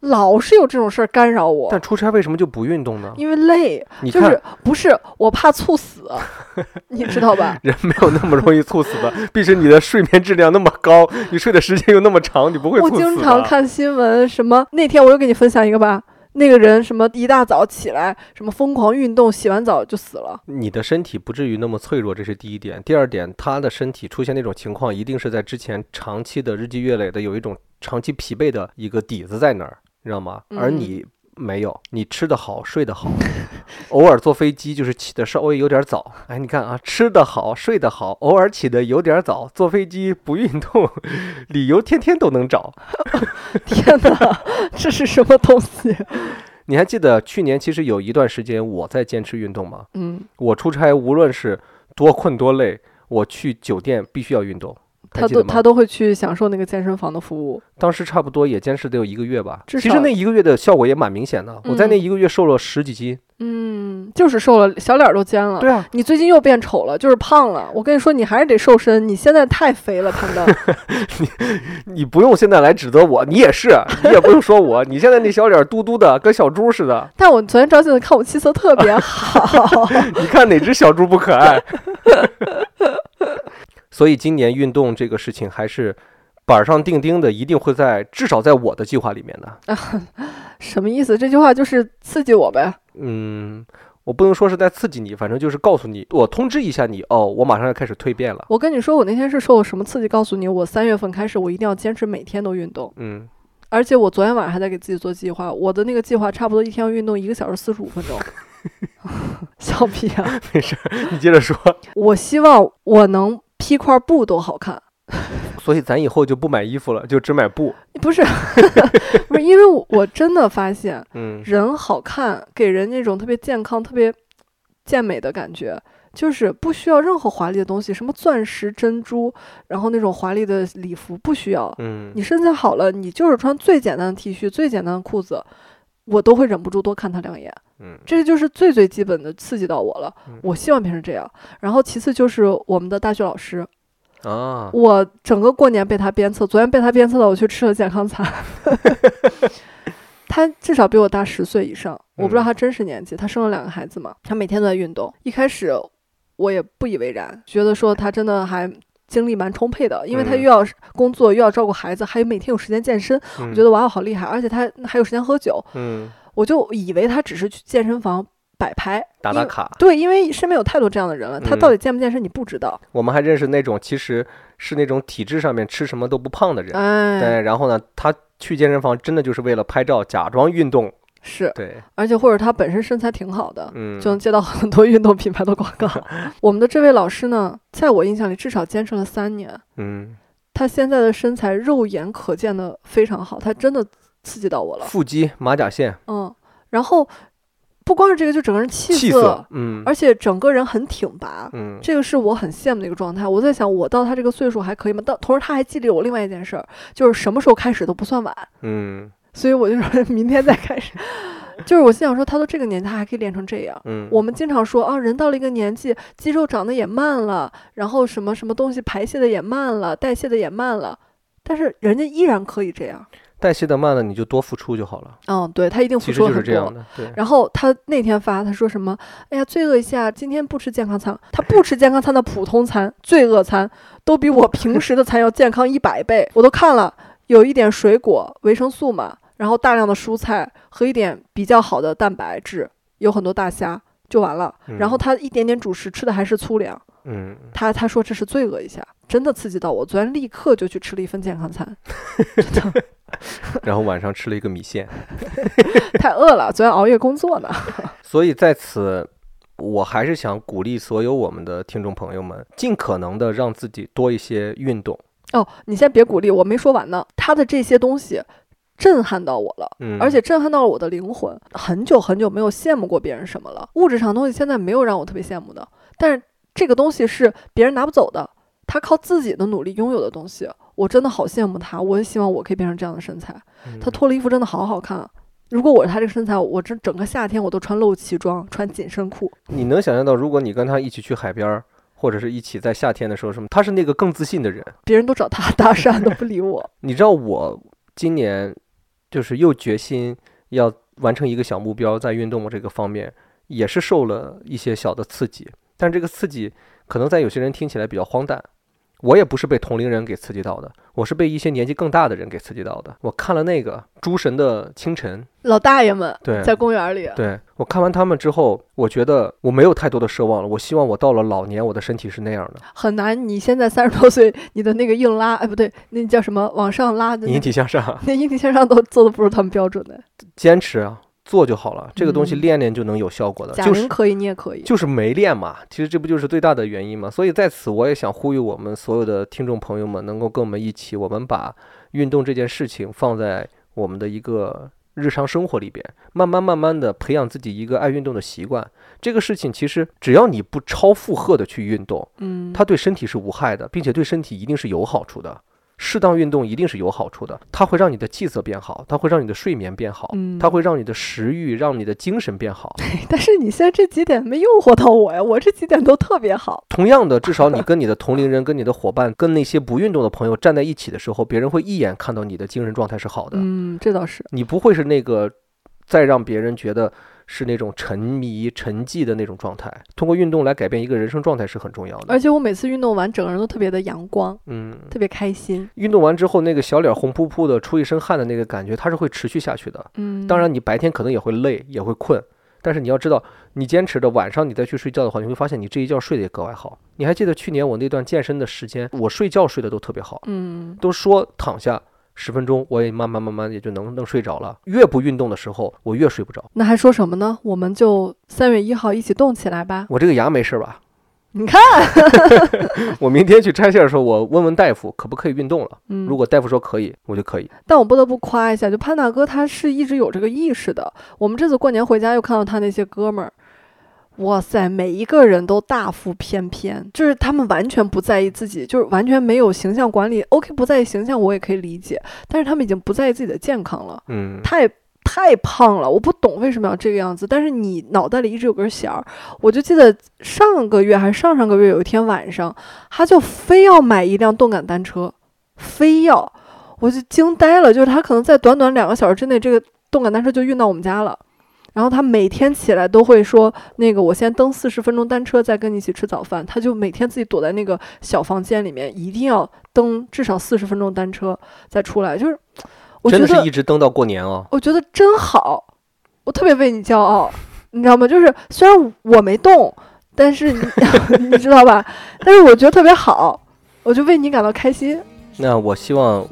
Speaker 2: 老是有这种事儿干扰我
Speaker 1: 但，出差为什么就不运动呢？
Speaker 2: 因为累。
Speaker 1: 你
Speaker 2: 就
Speaker 1: 看
Speaker 2: 是不是我怕
Speaker 1: [laughs]
Speaker 2: 猝死，你知道吧？
Speaker 1: 人没有那么容易猝死的， [laughs] 必须你的睡眠质量那么高，你睡的时间又那么长，你不会猝
Speaker 2: 我
Speaker 1: 死的。
Speaker 2: 经常看新闻，什么那天我又给你分享一个吧，那个人什么一大早起来，什么疯狂运动，洗完澡就死了。 [laughs]
Speaker 1: 你的身体不至于那么脆弱，这是第一点。第二点，他的身体出现那种情况，一定是在之前长期的日积月累的有一种长期疲惫的一个底子在那儿，你知道吗？而
Speaker 2: 嗯
Speaker 1: 你没有，你吃得好，睡得好，偶尔坐飞机就是起得稍微有点早。哎，你看啊，吃得好，睡得好，偶尔起得有点早，坐飞机不运动， [laughs] 理由天天都能找。
Speaker 2: 天哪，这是什么东西？
Speaker 1: 你还记得去年其实有一段时间我在坚持运动吗？
Speaker 2: 嗯，
Speaker 1: 我出差无论是多困多累，我去酒店必须要运动。还
Speaker 2: 他
Speaker 1: 记得
Speaker 2: 都
Speaker 1: 吗
Speaker 2: 他都会去享受那个健身房的服务。
Speaker 1: 当时差不多也坚持得有一个月吧。
Speaker 2: 至
Speaker 1: 其实
Speaker 2: 少
Speaker 1: 那一个月的效果也蛮明显的，我在那
Speaker 2: 嗯
Speaker 1: 一个月瘦了十几斤。
Speaker 2: 嗯，就是瘦了，小脸儿都尖了。
Speaker 1: 对啊，
Speaker 2: 你最近又变丑了，就是胖了。我跟你说，你还是得瘦身。你现在太肥了，潘哥。
Speaker 1: 你不用现在来指责我，你也是，你也不用说我，你现在那小脸嘟嘟的，跟小猪似的。
Speaker 2: [laughs] 但我昨天照镜子看我气色特别好。 [laughs]
Speaker 1: 你看哪只小猪不可爱？ [laughs] 所以今年运动这个事情还是板上钉钉的，一定会在至少在我的计划里面的。
Speaker 2: 什么意思？这句话就是刺激我呗。
Speaker 1: 嗯，我不能说是在刺激你，反正就是告诉你，我通知一下你，哦，我马上要开始蜕变了。
Speaker 2: 我跟你说，我那天是受了什么刺激，告诉你，我三月份开始，我一定要坚持每天都运动。
Speaker 1: 嗯， [laughs]
Speaker 2: 而且我昨天晚上还在给自己做计划，我的那个计划差不多一天要运动一个小时四十五分钟。笑屁啊！
Speaker 1: 你接着说。
Speaker 2: 我希望我能披块布都好看。
Speaker 1: 所以咱以后就不买衣服了，就只买布。
Speaker 2: 不是， [laughs] 不是，因为我我真的发现，
Speaker 1: 嗯，
Speaker 2: 人好看给人那种特别健康、特别健美的感觉，就是不需要任何华丽的东西，什么钻石、珍珠，然后那种华丽的礼服不需要。
Speaker 1: 嗯，
Speaker 2: 你身材好了，你就是穿最简单的 T 恤、最简单的裤子，我都会忍不住多看他两眼。
Speaker 1: 嗯
Speaker 2: 这就是最最基本的刺激到我了
Speaker 1: 嗯。
Speaker 2: 我希望变成这样。然后其次就是我们的大学老师，
Speaker 1: 啊，
Speaker 2: 我整个过年被他鞭策，昨天被他鞭策到我去吃了健
Speaker 1: [laughs]
Speaker 2: 康餐。他至少比我大十岁以上，我不知道
Speaker 1: 嗯
Speaker 2: 他真实年纪。他生了两个孩子嘛，他每天都在运动。一开始我也不以为然，觉得说他真的还精力蛮充沛的，因为他
Speaker 1: 嗯
Speaker 2: 又要工作，又要照顾孩子，还有每天有时间健身。
Speaker 1: 我
Speaker 2: 我觉得哇，好厉害！而且他还有时间喝酒，
Speaker 1: 嗯，
Speaker 2: 我就以为他只是去健身房摆拍
Speaker 1: 打
Speaker 2: 因
Speaker 1: 打
Speaker 2: 为
Speaker 1: 卡。
Speaker 2: 对，因为身边有太多这样的人了，他
Speaker 1: 嗯
Speaker 2: 到底健不健身你不知道。
Speaker 1: 我们还认识那种其实是那种体质上面吃什么都不胖的人。
Speaker 2: 哎，
Speaker 1: 对，然后呢，他去健身房真的就是为了拍照，假装运动。
Speaker 2: 是，
Speaker 1: 对，
Speaker 2: 而且或者他本身身材挺好的，
Speaker 1: 嗯，
Speaker 2: 就能接到很多运动品牌的广
Speaker 1: [laughs]
Speaker 2: 告。我们的这位老师呢，在我印象里至少坚持了三年，
Speaker 1: 嗯，
Speaker 2: 他现在的身材肉眼可见的非常好，他真的刺激到我了。
Speaker 1: 腹肌、马甲线、
Speaker 2: 嗯，然后不光是这个，就整个人气色，
Speaker 1: 气色，嗯，
Speaker 2: 而且整个人很挺拔。
Speaker 1: 嗯
Speaker 2: 这个是我很羡慕的一个状态。我在想，我到他这个岁数还可以吗？但同时，他还记得我另外一件事儿，就是什么时候开始都不算晚。
Speaker 1: 嗯
Speaker 2: 所以我就说 [laughs] 明天再开始。就是我心想说，他都这个年纪，他还可以练成这样。
Speaker 1: 嗯，
Speaker 2: 我们经常说啊，人到了一个年纪，肌肉长得也慢了，然后什么什么东西排泄的也慢了，代谢的也慢了，但是人家依然可以这样。
Speaker 1: 代谢的慢了，你就多付出就好了。
Speaker 2: 嗯，对他一 [laughs] 定付
Speaker 1: 其实就
Speaker 2: 出了
Speaker 1: 是
Speaker 2: 很
Speaker 1: 这样
Speaker 2: 多。
Speaker 1: 的，对，
Speaker 2: 然后他那天发，他说什么？哎呀，罪恶一下，今天不吃健康餐。他不吃健康餐的普通餐、罪恶餐，都比我平时的餐要健康一百倍。我都看了，有一点水果、维生素嘛，然后大量的蔬菜和一点比较好的蛋白质，有很多大虾，就完了。然后
Speaker 1: 嗯
Speaker 2: 他一点点主食吃的还是粗粮，
Speaker 1: 嗯，
Speaker 2: 他他说这是罪恶一下，真的刺激到我，昨天立刻就去吃了一份健康餐，真的
Speaker 1: 然后晚上吃了一个米线，
Speaker 2: 太饿了，昨天熬夜工作呢。
Speaker 1: 所以在此，我还是想鼓励所有我们的听众朋友们，尽可能的让自己多一些运动。
Speaker 2: 哦，你先别鼓励，我没说完呢。他的这些东西震撼到我了。
Speaker 1: 嗯，
Speaker 2: 而且震撼到了我的灵魂。很久很久没有羡慕过别人什么了，物质上的东西现在没有让我特别羡慕的。但是这个东西是别人拿不走的，他靠自己的努力拥有的东西，我真的好羡慕他。我也希望我可以变成这样的身材。
Speaker 1: 嗯
Speaker 2: 他脱了衣服真的好好看啊！如果我是他这个身材，我这整个夏天我都穿露脐装，穿紧身裤。
Speaker 1: 嗯你能想象到，如果你跟他一起去海边儿，或者是一起在夏天的时候什么，他是那个更自信的人。
Speaker 2: 别人都找他 [laughs] 搭讪都不理我。
Speaker 1: 你知道我今年就是又决心要完成一个小目标，在运动这个方面也是受了一些小的刺激，但这个刺激可能在有些人听起来比较荒诞。我也不是被同龄人给刺激到的，我是被一些年纪更大的人给刺激到的。我看了那个《诸神的清晨》，
Speaker 2: 老大爷们
Speaker 1: 对
Speaker 2: 在公园里，
Speaker 1: 对我看完他们之后，我觉得我没有太多的奢望了。我希望我到了老年，我的身体是那样的，
Speaker 2: 很难。你现在三十多岁，你的那个硬拉，哎，不对，那叫什么？往上拉的
Speaker 1: 引
Speaker 2: 那个
Speaker 1: 体向上， [laughs]
Speaker 2: 那引体向上都做的不是他们标准的，
Speaker 1: 坚持啊，做就好了。这个东西
Speaker 2: 嗯
Speaker 1: 练练就能有效果的，
Speaker 2: 贾
Speaker 1: 呃就
Speaker 2: 玲
Speaker 1: 是
Speaker 2: 可以，你也可以。
Speaker 1: 就是没练嘛。其实这不就是最大的原因嘛。所以在此，我也想呼吁我们所有的听众朋友们，能够跟我们一起，我们把运动这件事情放在我们的一个日常生活里边，慢慢慢慢的培养自己一个爱运动的习惯。这个事情其实只要你不超负荷的去运动，
Speaker 2: 嗯，
Speaker 1: 它对身体是无害的，并且对身体一定是有好处的。适当运动一定是有好处的，它会让你的气色变好，它会让你的睡眠变好，
Speaker 2: 嗯
Speaker 1: 它会让你的食欲、让你的精神变好。
Speaker 2: 但是你现在这几点没诱惑到我呀，我这几点都特别好。
Speaker 1: 同样的，至少你跟你的同龄人、跟你的伙伴、跟那些不运动的朋友站在一起的时候，别人会一眼看到你的精神状态是好的，
Speaker 2: 嗯，这倒是。
Speaker 1: 你不会是那个再让别人觉得是那种沉迷、沉寂的那种状态。通过运动来改变一个人生状态是很重要
Speaker 2: 而
Speaker 1: 的。
Speaker 2: 且我每次运动完，整个人都特别的阳光，
Speaker 1: 嗯，
Speaker 2: 特别开心。
Speaker 1: 运动完之后那个小脸红扑扑的、出一身汗的那个感觉，它是会持续下去的。
Speaker 2: 嗯，
Speaker 1: 当然，你白天可能也会累，也会困，但是你要知道，你坚持着，晚上你再去睡觉的话，你会发现你这一觉睡得也格外好。你还记得去年我那段健身的时间，我睡觉睡得都特别好，
Speaker 2: 嗯，
Speaker 1: 都说躺下十分钟，我也慢慢慢慢也就能能睡着了。越不运动的时候，我越睡不着。
Speaker 2: 那还说什么呢？我们就三月一号一起动起来吧。
Speaker 1: 我这个牙没事吧？
Speaker 2: 你看，
Speaker 1: [laughs] 我明天去拆线的时候，我问问大夫可不可以运动了。
Speaker 2: 嗯，
Speaker 1: 如果大夫说可以，我就可以。
Speaker 2: 但我不得不夸一下，就潘大哥他是一直有这个意识的。我们这次过年回家又看到他那些哥们儿，哇塞，每一个人都大腹翩翩，就是他们完全不在意自己，就是完全没有形象管理。OK，不在意形象我也可以理解，但是他们已经不在意自己的健康了，
Speaker 1: 嗯，
Speaker 2: 太。太胖了，我不懂为什么要这个样子。但是你脑袋里一直有根弦儿，我就记得上个月还是上上个月有一天晚上，他就非要买一辆动感单车，非要，我就惊呆了。就是他可能在短短两个小时之内，这个动感单车就运到我们家了。然后他每天起来都会说：“那个，我先蹬四十分钟单车，再跟你一起吃早饭。”他就每天自己躲在那个小房间里面，一定要蹬至少四十分钟单车再出来。就是我觉
Speaker 1: 真
Speaker 2: 得
Speaker 1: 的是一直蹬到过年哦。
Speaker 2: 我觉得真好，我特别为你骄傲，你知道吗？就是虽然我没动，但是你
Speaker 1: [laughs]
Speaker 2: 你 [laughs] 知道吧？但是我觉得特别好，我就为你感到开心。
Speaker 1: 那我希望。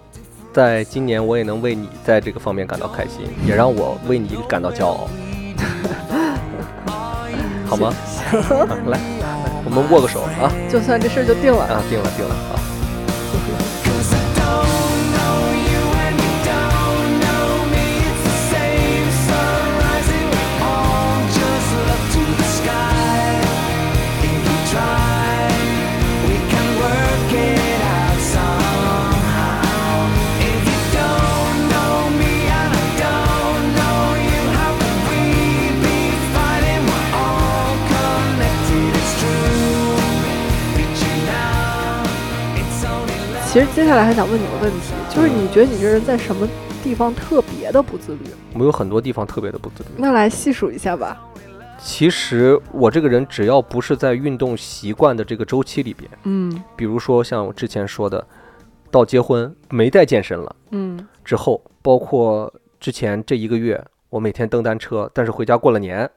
Speaker 1: 在今年，我也能为你在这个方面感到开心，也让我为你感到骄
Speaker 2: [laughs]
Speaker 1: 傲，好吗？啊来，我们握个手啊
Speaker 2: 就算这事儿就定了。
Speaker 1: 啊，定了定了啊。
Speaker 4: Cause I don't know you and you don't know me. It's the same sun rising. We all just look to the sky. If we try, we can work it out somehow. If you don't know me and I don't know you, how could we be fighting? We're all connected. It's true. Reaching out. It's only love.
Speaker 2: 其实接下来还想问你个问题，就是你觉得你这人在什么地方特别的不自律？
Speaker 1: 我有很多地方特别的不自律。
Speaker 2: 那来细数一下吧。
Speaker 1: 其实我这个人只要不是在运动习惯的这个周期里边，
Speaker 2: 嗯
Speaker 1: 比如说像我之前说的，到结婚没再健身了
Speaker 2: 嗯
Speaker 1: 之后，包括之前这一个月我每天蹬单车，但是回家过了年，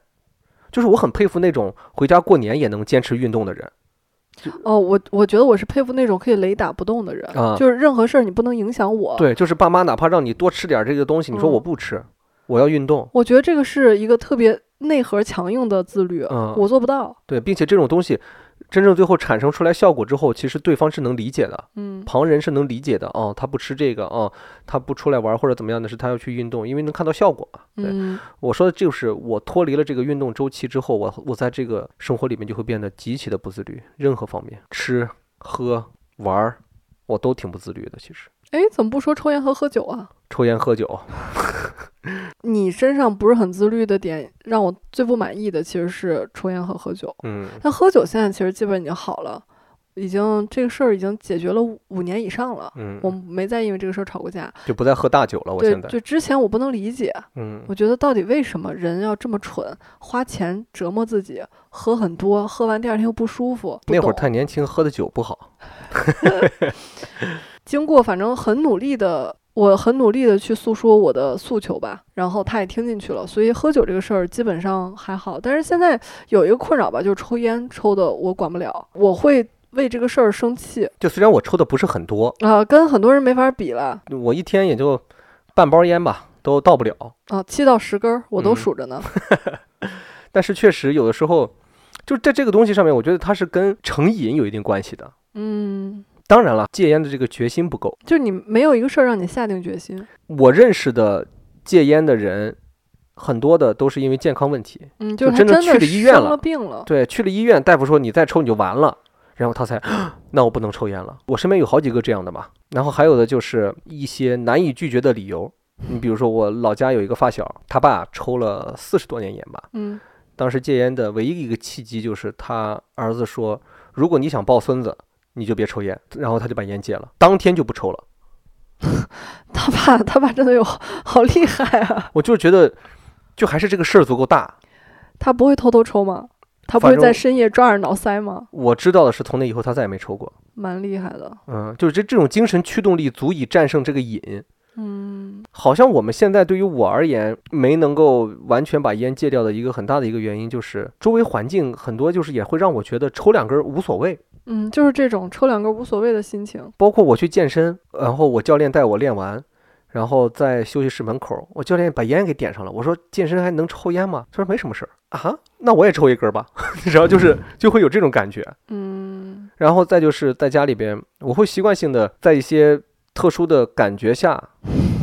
Speaker 1: 就是我很佩服那种回家过年也能坚持运动的人。
Speaker 2: 哦，我我觉得我是佩服那种可以雷打不动的人，
Speaker 1: 啊
Speaker 2: 就是任何事儿你不能影响我。，
Speaker 1: 对，就是爸妈哪怕让你多吃点这个东西，你说
Speaker 2: 啊嗯
Speaker 1: 我不吃，我要运动。
Speaker 2: 我觉得这个是一个特别内核强硬的自律，
Speaker 1: 嗯
Speaker 2: 呃我做不到。
Speaker 1: 对，并且这种东西真正最后产生出来效果之后，其实对方是能理解的。
Speaker 2: 嗯，
Speaker 1: 旁人是能理解的啊、他不吃这个啊、他不出来玩儿或者怎么样的是他要去运动，因为能看到效果嘛。对，
Speaker 2: 嗯，
Speaker 1: 我说的就是我脱离了这个运动周期之后，我我在这个生活里面就会变得极其的不自律，任何方面，吃、喝、玩儿，我都挺不自律的。其实
Speaker 2: 哎，怎么不说抽烟和喝酒啊？
Speaker 1: 抽烟、喝酒，
Speaker 2: 你身上不是很自律的点，让我最不满意的其实是抽烟和喝酒。
Speaker 1: 嗯，
Speaker 2: 但喝酒现在其实基本已经好了，已经这个事儿已经解决了五五年以上了。
Speaker 1: 嗯，
Speaker 2: 我没再因为这个事儿吵过架。
Speaker 1: 就不再喝大酒了。我
Speaker 2: 对
Speaker 1: 现，在，
Speaker 2: 就之前我不能理解，
Speaker 1: 嗯
Speaker 2: 我觉得到底为什么人要这么蠢，花钱折磨自己，喝很多，喝完第二天又不舒服。不
Speaker 1: 那会儿
Speaker 2: 懂
Speaker 1: 太年轻，喝的酒不好。
Speaker 2: 经过反正很努力的，我很努力的去诉说我的诉求吧，然后他也听进去了，所以喝酒这个事儿基本上还好。但是现在有一个困扰吧，就是抽烟抽的我管不了，我会为这个事儿生气
Speaker 1: 就虽然我抽的不是很多，
Speaker 2: 啊、跟很多人没法比了
Speaker 1: 我一天也就半包烟吧，都到不了。
Speaker 2: 啊，七、到十根儿我都
Speaker 1: 嗯
Speaker 2: 数着
Speaker 1: [laughs]
Speaker 2: 呢。
Speaker 1: 但是确实有的时候，就在这个东西上面，我觉得它是跟成瘾有一定关系的。
Speaker 2: 嗯，
Speaker 1: 当然了，戒烟的这个决心不够。
Speaker 2: 就你没有一个事儿让你下定决心。
Speaker 1: 我认识的戒烟的人，很多的都是因为健康问题。
Speaker 2: 嗯，就
Speaker 1: 就是
Speaker 2: 他
Speaker 1: 真的
Speaker 2: 真
Speaker 1: 去
Speaker 2: 的
Speaker 1: 了医院
Speaker 2: 生
Speaker 1: 了
Speaker 2: 了病了。
Speaker 1: 对，去了医院，大夫说你再抽你就完了，然后他才， [gasps] 那我不能抽烟了。我身边有好几个这样的嘛。然后还有的就是一些难以拒绝的理由。你比如说，我老家有一个发小，他爸抽了四十多年烟吧，
Speaker 2: 嗯
Speaker 1: 当时戒烟的唯一一个契机就是他儿子说，如果你想抱孙子，你就别抽烟，然后他就把烟戒了，当天就不抽了。，
Speaker 2: 他爸他爸真的有 [laughs] 好好厉害啊！
Speaker 1: 我就是觉得，就还是这个事儿足够大。
Speaker 2: 他不会偷偷抽吗？他不
Speaker 1: 反
Speaker 2: 会
Speaker 1: 正
Speaker 2: 在
Speaker 1: 我
Speaker 2: 深夜抓耳挠腮吗？
Speaker 1: 我知道的是，从那以后他再也没抽过。
Speaker 2: 蛮厉害的。
Speaker 1: 嗯，就是这这种精神驱动力足以战胜这个瘾。
Speaker 2: 嗯，
Speaker 1: 好像我们现在对于我而言，没能够完全把烟戒掉的一个很大的一个原因，就是周围环境很多，就是也会让我觉得抽两根儿无所谓。
Speaker 2: 嗯，就是这种抽两根无所谓的心情。
Speaker 1: 包括我去健身，然后我教练带我练完，然后在休息室门口，我教练把烟给点上了。我说健身还能抽烟吗？他说没什么事儿啊，那我也抽一根儿吧。 [laughs] 然后就是就会有这种感觉。
Speaker 2: 嗯
Speaker 1: 然后再就是在家里边，我会习惯性的在一些特殊的感觉下，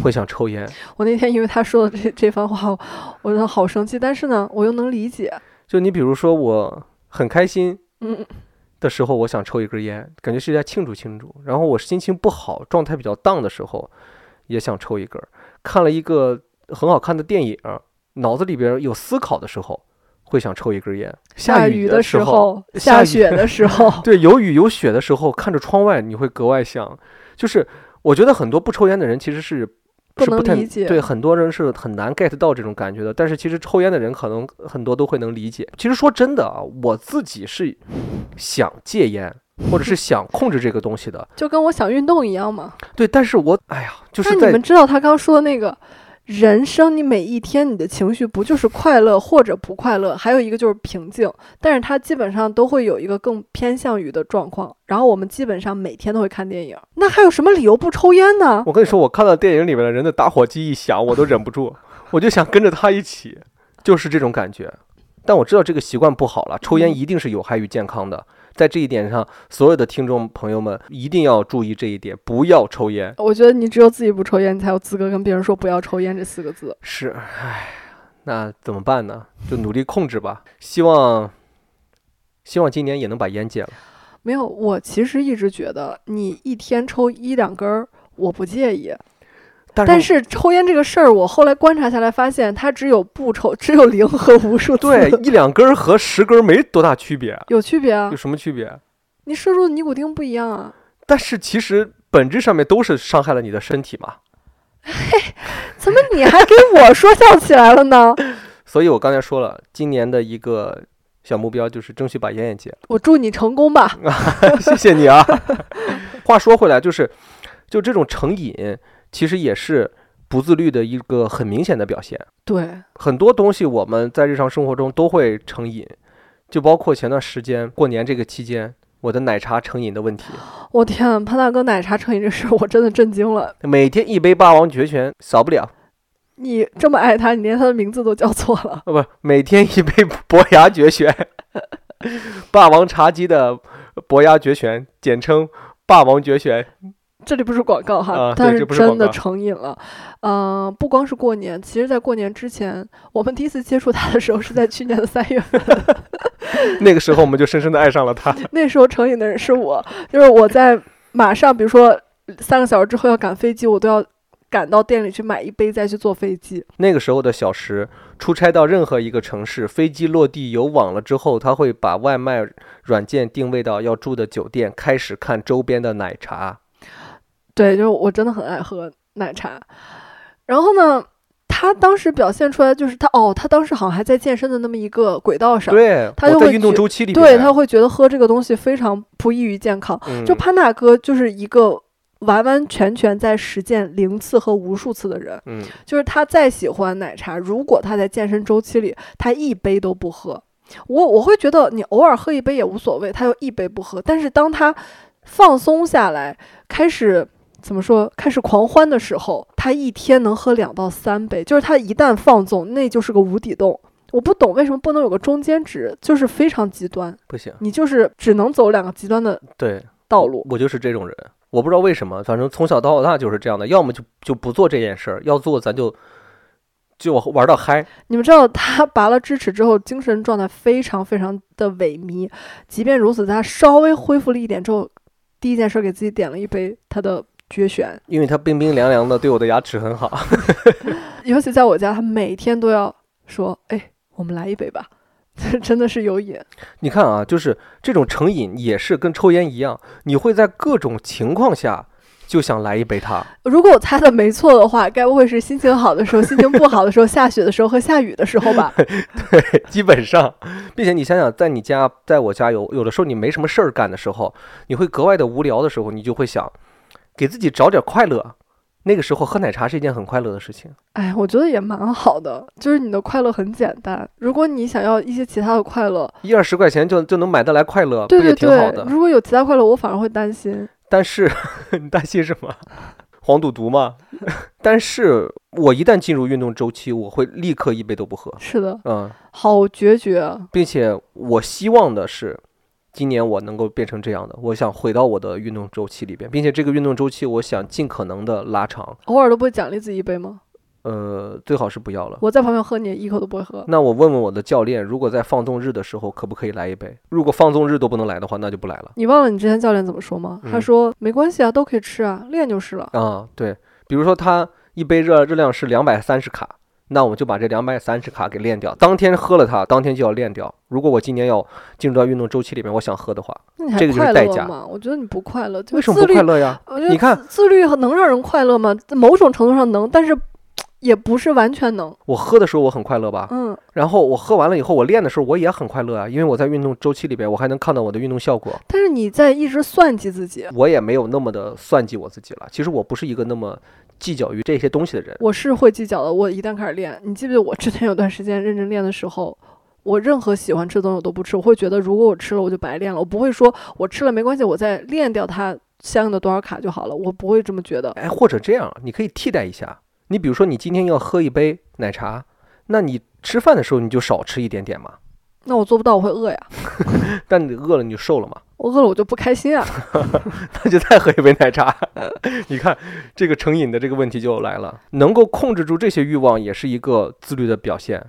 Speaker 1: 会想抽烟。，
Speaker 2: 我那天因为他说的这这番话，我我真的好生气，但是呢，我又能理解。
Speaker 1: 就你比如说我很开心。
Speaker 2: 嗯
Speaker 1: 的时候，我想抽一根烟，感觉是在庆祝庆祝。然后我心情不好、状态比较 down 的时候，也想抽一根儿。看了一个很好看的电影，脑子里边有思考的时候，会想抽一根烟。下
Speaker 2: 雨
Speaker 1: 的
Speaker 2: 时
Speaker 1: 时，
Speaker 2: 候，
Speaker 1: 下
Speaker 2: 下
Speaker 1: 雨，
Speaker 2: 雪的时候
Speaker 1: [laughs] 对，有雨有雪的时候，看着窗外，你会格外想。就是我觉得很多不抽烟的人其实是
Speaker 2: 不
Speaker 1: 是
Speaker 2: 能
Speaker 1: 不太
Speaker 2: 理解
Speaker 1: 对很多人是很难 get 到这种感觉的。但是其实抽烟的人可能很多都会能理解。其实说真的啊，我自己是想戒烟。或者是想控制这个东西的，
Speaker 2: 就跟我想运动一样嘛。
Speaker 1: 对，但是我哎呀，就是
Speaker 2: 但你
Speaker 1: 在
Speaker 2: 们知道他刚说的那个人生，你每一天你的情绪不就是快乐或者不快乐，还有一个就是平静，但是他基本上都会有一个更偏向于的状况。然后我们基本上每天都会看电影，那还有什么理由不抽烟呢？
Speaker 1: 我跟你说，我看到电影里面的人的打火机一响，我都忍不住，我就想跟着他一起，就是这种感觉。但我知道这个习惯不好了，抽烟
Speaker 2: 嗯
Speaker 1: 一定是有害于健康的，在这一点上，所有的听众朋友们一定要注意这一点，不要抽烟。
Speaker 2: 我觉得你只有自己不抽烟，你才有资格跟别人说不要抽烟这四个字。
Speaker 1: 是，唉，那怎么办呢？就努力控制吧。希望，希望今年也能把烟戒了。
Speaker 2: 没有，我其实一直觉得你一天抽一两根儿，我不介意。
Speaker 1: 但
Speaker 2: 但是抽烟这个事儿，我后来观察下来发现，它只有不抽，只有零和无数次，
Speaker 1: 对，一两根儿和十根儿没多大区别，
Speaker 2: [laughs] 有区别啊
Speaker 1: 有。什么区别？
Speaker 2: 你摄入的尼古丁不一样啊。
Speaker 1: [laughs] 但是其实本质上面都是伤害了你的身体嘛。
Speaker 2: 怎么你还给我说笑起来了呢？
Speaker 1: 所以我刚才说了，今年的一个小目标就是争取把烟也戒
Speaker 2: [laughs]
Speaker 1: 了。
Speaker 2: 我祝你成功吧。
Speaker 1: 嗯谢谢你啊。话说回来，就是就这种成瘾，其实也是不自律的一个很明显的表现。
Speaker 2: 对，
Speaker 1: 很多东西我们在日常生活中都会成瘾，就包括前段时间过年这个期间，我的奶茶成瘾的问题，
Speaker 2: 我天啊，潘大哥奶茶成瘾这事儿，我真的震惊了。
Speaker 1: 每天一杯霸王绝泉少不了，
Speaker 2: 你这么爱他，你连他的名字都叫错了。
Speaker 1: 啊，不是每天一杯伯牙绝弦， [laughs] 霸王茶姬的伯牙绝弦，简称霸王绝弦。
Speaker 2: 这里不是广告哈，
Speaker 1: 啊对
Speaker 2: 但
Speaker 1: 这不是
Speaker 2: 真的
Speaker 1: 广告
Speaker 2: 成瘾了。嗯、不光是过年，其实在过年之前，我们第一次接触他的时候是在去年的三月
Speaker 1: [laughs]
Speaker 2: 份，
Speaker 1: 那个时候我们就深深的爱上了他。
Speaker 2: 那时候成瘾的人是我，就是我在马上，比如说三个小时之后要赶飞机，我都要赶到店里去买一杯再去坐飞机。
Speaker 1: 那个时候的小石出差到任何一个城市，飞机落地有网了之后，他会把外卖软件定位到要住的酒店，开始看周边的奶茶。
Speaker 2: 对，就是我真的很爱喝奶茶。然后呢，他当时表现出来就是他哦，他当时好像还在健身的那么一个轨道上，
Speaker 1: 对，
Speaker 2: 啊他就
Speaker 1: 我在
Speaker 2: 会
Speaker 1: 运动
Speaker 2: 觉
Speaker 1: 周期里面，
Speaker 2: 对他会觉得喝这个东西非常不益于健康。
Speaker 1: 嗯、
Speaker 2: 就潘大哥就是一个完完全全在实践零次和无数次的人，
Speaker 1: 嗯，
Speaker 2: 就是他再喜欢奶茶，如果他在健身周期里他一杯都不喝，我我会觉得你偶尔喝一杯也无所谓，他又一杯不喝。但是当他放松下来，开始怎么说，开始狂欢的时候，他一天能喝两到三杯，就是他一旦放纵，那就是个无底洞。我不懂为什么不能有个中间值，就是非常极端，
Speaker 1: 不行，
Speaker 2: 你就是只能走两个极端的
Speaker 1: 对，
Speaker 2: 道路。
Speaker 1: 我就是这种人，我不知道为什么，反正从小到大就是这样的，要么就就不做这件事儿，要做咱就就玩到嗨。
Speaker 2: 你们知道他 [laughs] 拔了智齿之后，精神状态非常非常的萎靡。即便如此，他稍微恢复了一点之后，第一件事给自己点了一杯他的绝选。
Speaker 1: 因为它冰冰凉凉的，对我的牙齿很好。 [laughs]
Speaker 2: 尤其在我家，他每天都要说：“哎，我们来一杯吧。” [laughs] 真的是有瘾。
Speaker 1: 你看啊，就是这种成瘾也是跟抽烟一样，你会在各种情况下就想来一杯它。 [laughs]
Speaker 2: 如果我猜的没错的话，该不会是心情好的时候、心情不好的时候、下雪的时候和下雨的时候
Speaker 1: [laughs]
Speaker 2: 吧？
Speaker 1: 对，基本上，并且你想想，在你家，在我家有有的时候你没什么事儿干的时候，你会格外的无聊的时候，你就会想给自己找点快乐。那个时候喝奶茶是一件很快乐的事情。
Speaker 2: 哎，我觉得也蛮好的，就是你的快乐很简单。如果你想要一些其他的快乐，
Speaker 1: 一二十块钱就就能买得来快乐，
Speaker 2: 对
Speaker 1: 呃不
Speaker 2: 对
Speaker 1: 也挺好的？
Speaker 2: 对，
Speaker 1: [laughs]
Speaker 2: 如果有其他快乐，我反而会担心。
Speaker 1: 但是 [laughs] 你担心什么？黄赌毒吗？ [laughs] 但是我一旦进入运动周期，我会立刻一杯都不喝。
Speaker 2: 是的，
Speaker 1: 嗯，
Speaker 2: 好决绝啊！
Speaker 1: 并且我希望的是，今年我能够变成这样的。我想回到我的运动周期里边，并且这个运动周期我想尽可能的拉长。
Speaker 2: 偶尔都不会奖励自己一杯吗？
Speaker 1: 呃，最好是不要了。
Speaker 2: 我在旁边喝，你也一口都不会喝。
Speaker 1: 那我问问我的教练，如果在放纵日的时候可不可以来一杯？如果放纵日都不能来的话，那就不来了。
Speaker 2: 你忘了你之前教练怎么说吗？他
Speaker 1: 嗯
Speaker 2: 说没关系啊，都可以吃啊，练就是了。
Speaker 1: 啊，对，比如说他一杯热热量是两百三十卡，那我们就把这两百三十卡给练掉。当天喝了它，当天就要练掉。如果我今年要进入到运动周期里面，我想喝的话，
Speaker 2: 那你还
Speaker 1: 这个就是
Speaker 2: 快
Speaker 1: 代
Speaker 2: 乐
Speaker 1: 价
Speaker 2: 吗？我觉得你不快乐，就
Speaker 1: 为什么
Speaker 2: 自
Speaker 1: 不
Speaker 2: 律嗯
Speaker 1: 快乐呀？
Speaker 2: 我觉得
Speaker 1: 你看
Speaker 2: 自自律能让人快乐吗？某种程度上能，但是也不是完全能。
Speaker 1: 我喝的时候我很快乐吧，
Speaker 2: 嗯，
Speaker 1: 然后我喝完了以后，我练的时候我也很快乐啊，因为我在运动周期里边，我还能看到我的运动效果。
Speaker 2: 但是你在一直算计自己。
Speaker 1: 我也没有那么的算计我自己了。其实我不是一个那么计较于这些东西的人。
Speaker 2: 我是会计较的。我一旦开始练，你记不记得我之前有段时间认真练的时候，我任何喜欢吃的东西我都不吃，我会觉得如果我吃了我就白练了，我不会说我吃了没关系，我再练掉它相应的多少卡就好了，我不会这么觉得。
Speaker 1: 哎，或者这样，你可以替代一下。你比如说，你今天要喝一杯奶茶，那你吃饭的时候你就少吃一点点嘛。
Speaker 2: 那我做不到，我会饿呀，
Speaker 1: 但你饿了你就瘦了嘛， [laughs]
Speaker 2: 我饿了我就不开心啊。
Speaker 1: 那就再喝一杯奶茶。 [laughs] 你看这个成瘾的这个问题就来了。能够控制住这些欲望，也是一个自律的表现。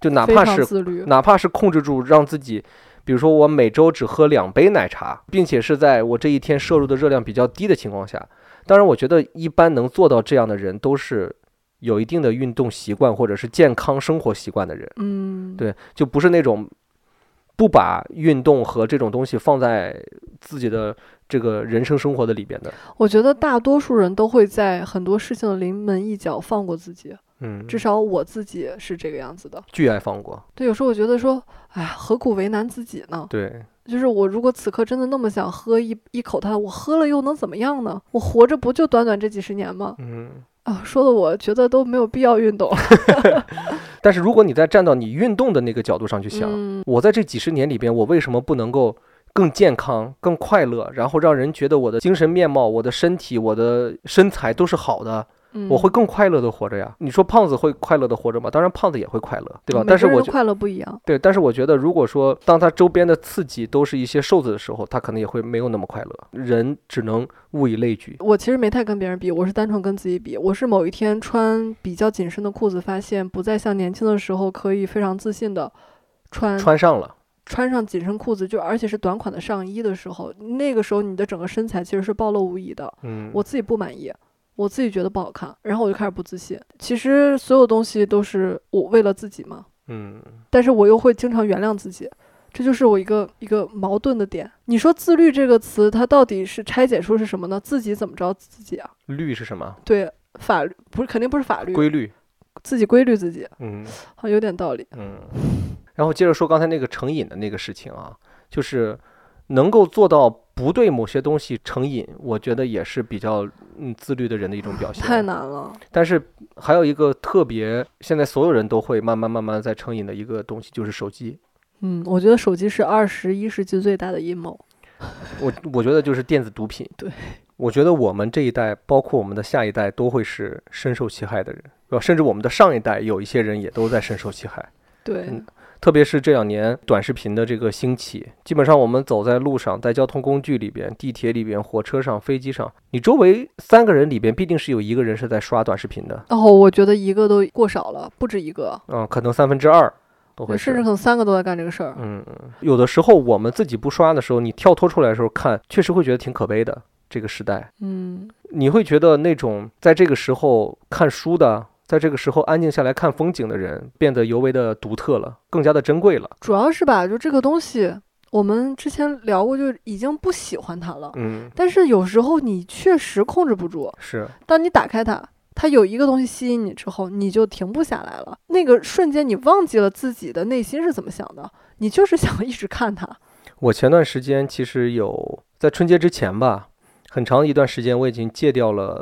Speaker 1: 就 [laughs] 哪
Speaker 2: 非
Speaker 1: 怕
Speaker 2: 常
Speaker 1: 是
Speaker 2: 自律，
Speaker 1: 哪怕是控制住让自己，比如说我每周只喝两杯奶茶，并且是在我这一天摄入的热量比较低的情况下。当然，我觉得一般能做到这样的人，都是有一定的运动习惯或者是健康生活习惯的人。
Speaker 2: 嗯，
Speaker 1: 对，就不是那种不把运动和这种东西放在自己的这个人生生活的里边的。
Speaker 2: 我觉得大多数人都会在很多事情的临门一脚放过自己，
Speaker 1: 嗯，
Speaker 2: 至少我自己是这个样子的。
Speaker 1: 巨爱放过。
Speaker 2: 对，有时候我觉得说，哎呀，何苦为难自己呢？
Speaker 1: 对，
Speaker 2: 就是我如果此刻真的那么想喝一一口它，我喝了又能怎么样呢？我活着不就短短这几十年吗？
Speaker 1: 嗯，
Speaker 2: 啊，说的我觉得都没有必要运动。
Speaker 1: 但是如果你再站到你运动的那个角度上去想，
Speaker 2: 嗯
Speaker 1: 我在这几十年里边，我为什么不能够更健康、更快乐，然后让人觉得我的精神面貌、我的身体、我的身材都是好的，
Speaker 2: 嗯
Speaker 1: 我会更快乐的活着呀？你说胖子会快乐的活着吗？当然，胖子也会快乐，对吧？
Speaker 2: 嗯每
Speaker 1: 但是
Speaker 2: 个人
Speaker 1: 我
Speaker 2: 的
Speaker 1: 觉
Speaker 2: 快乐不一样。
Speaker 1: 对，但是我觉得，如果说当他周边的刺激都是一些瘦子的时候，他可能也会没有那么快乐。人只能物以类聚，
Speaker 2: 我其实没太跟别人比，我是单纯跟自己比。我是某一天穿比较紧身的裤子，发现不再像年轻的时候可以非常自信的穿
Speaker 1: 穿上了。
Speaker 2: 穿上紧身裤子，就而且是短款的上衣的时候，那个时候你的整个身材其实是暴露无遗的。
Speaker 1: 嗯，
Speaker 2: 我自己不满意，我自己觉得不好看，然后我就开始不自信。其实所有东西都是我为了自己嘛，
Speaker 1: 嗯，
Speaker 2: 但是我又会经常原谅自己，这就是我一个一个矛盾的点。你说自律这个词，它到底是拆解出是什么呢？自己怎么着自己啊？
Speaker 1: 律是什么？
Speaker 2: 对，法律不是肯定不是法律，
Speaker 1: 规律。
Speaker 2: 自己规律自己，
Speaker 1: 嗯。
Speaker 2: 好有点道理。
Speaker 1: 嗯，然后接着说刚才那个成瘾的那个事情啊，就是能够做到不对某些东西成瘾，我觉得也是比较嗯自律的人的一种表现。
Speaker 2: 太难了，
Speaker 1: 但是还有一个特别，现在所有人都会慢慢慢慢在成瘾的一个东西，就是手机。
Speaker 2: 嗯，我觉得手机是二十一世纪最大的阴谋。
Speaker 1: 我我觉得就是电子毒品。
Speaker 2: 对，
Speaker 1: 我觉得我们这一代，包括我们的下一代，都会是深受其害的人，对吧？甚至我们的上一代有一些人也都在深受其害。
Speaker 2: 对，
Speaker 1: 嗯特别是这两年短视频的这个兴起，基本上我们走在路上，在交通工具里边、地铁里边、火车上、飞机上，你周围三个人里边必定是有一个人是在刷短视频的，
Speaker 2: 然后哦我觉得一个都过少了，不止一个，
Speaker 1: 嗯，可能三分之二都会
Speaker 2: 甚至
Speaker 1: 是
Speaker 2: 可。能三个都在干这个事儿。
Speaker 1: 嗯，嗯有的时候我们自己不刷的时候，你跳脱出来的时候看，确实会觉得挺可悲的。这个时代，
Speaker 2: 嗯，
Speaker 1: 你会觉得那种在这个时候看书的，在这个时候安静下来看风景的人，变得尤为的独特了，更加的珍贵了。
Speaker 2: 主要是吧，就这个东西，我们之前聊过，就已经不喜欢它了。
Speaker 1: 嗯，
Speaker 2: 但是有时候你确实控制不住，
Speaker 1: 是，
Speaker 2: 当你打开它，它有一个东西吸引你之后，你就停不下来了。那个瞬间，你忘记了自己的内心是怎么想的，你就是想一 [laughs] 直看它。
Speaker 1: 我前段时间其实有在春节之前吧，很长一段时间我已经戒掉了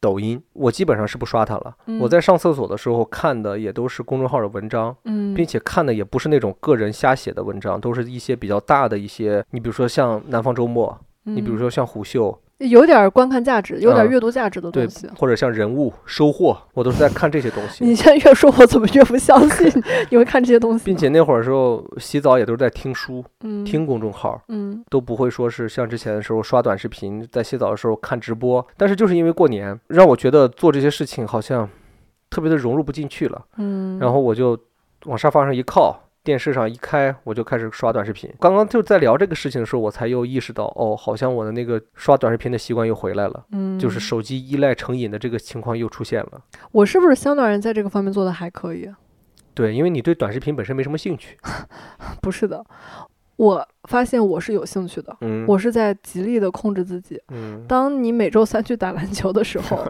Speaker 1: 抖音，我基本上是不刷它了。
Speaker 2: 嗯
Speaker 1: 我在上厕所的时候看的也都是公众号的文章，
Speaker 2: 嗯
Speaker 1: 并且看的也不是那种个人瞎写的文章，都是一些比较大的一些，你比如说像南方周末，你
Speaker 2: 你
Speaker 1: 比如说像虎嗅，
Speaker 2: 有点观看价值，有点
Speaker 1: 嗯
Speaker 2: 阅读价值的
Speaker 1: 对
Speaker 2: 东西。，哦
Speaker 1: 或者像人物收获，我都是在看这些
Speaker 2: [laughs]
Speaker 1: 东
Speaker 2: 你
Speaker 1: 西。
Speaker 2: 现在越说，我怎么越不相
Speaker 1: [laughs]
Speaker 2: 信你会看这些东西呢？
Speaker 1: 并且那会儿的时候洗澡也都是在听书、
Speaker 2: 嗯，
Speaker 1: 听公众号，
Speaker 2: 嗯，
Speaker 1: 都不会说是像之前的时候刷短视频，在洗澡的时候看直播。但是就是因为过年，让我觉得做这些事情好像特别的融入不进去了。
Speaker 2: 嗯，
Speaker 1: 然后我就往沙发上一靠，电视上一开，我就开始刷短视频。刚刚就在聊这个事情的时候，我才又意识到，哦，好像我的那个刷短视频的习惯又回来了，
Speaker 2: 嗯，
Speaker 1: 就是手机依赖成瘾的这个情况又出现了。
Speaker 2: 我是不是相对而言在这个方面做的还可以？
Speaker 1: 对，因为你对短视频本身没什么兴
Speaker 2: [laughs]
Speaker 1: 趣，
Speaker 2: 不是的，我发现我是有兴趣的，
Speaker 1: 嗯，
Speaker 2: 我是在极力的控制自己。
Speaker 1: 嗯，
Speaker 2: 当你每周三去打篮球的时
Speaker 1: [laughs]
Speaker 2: 候，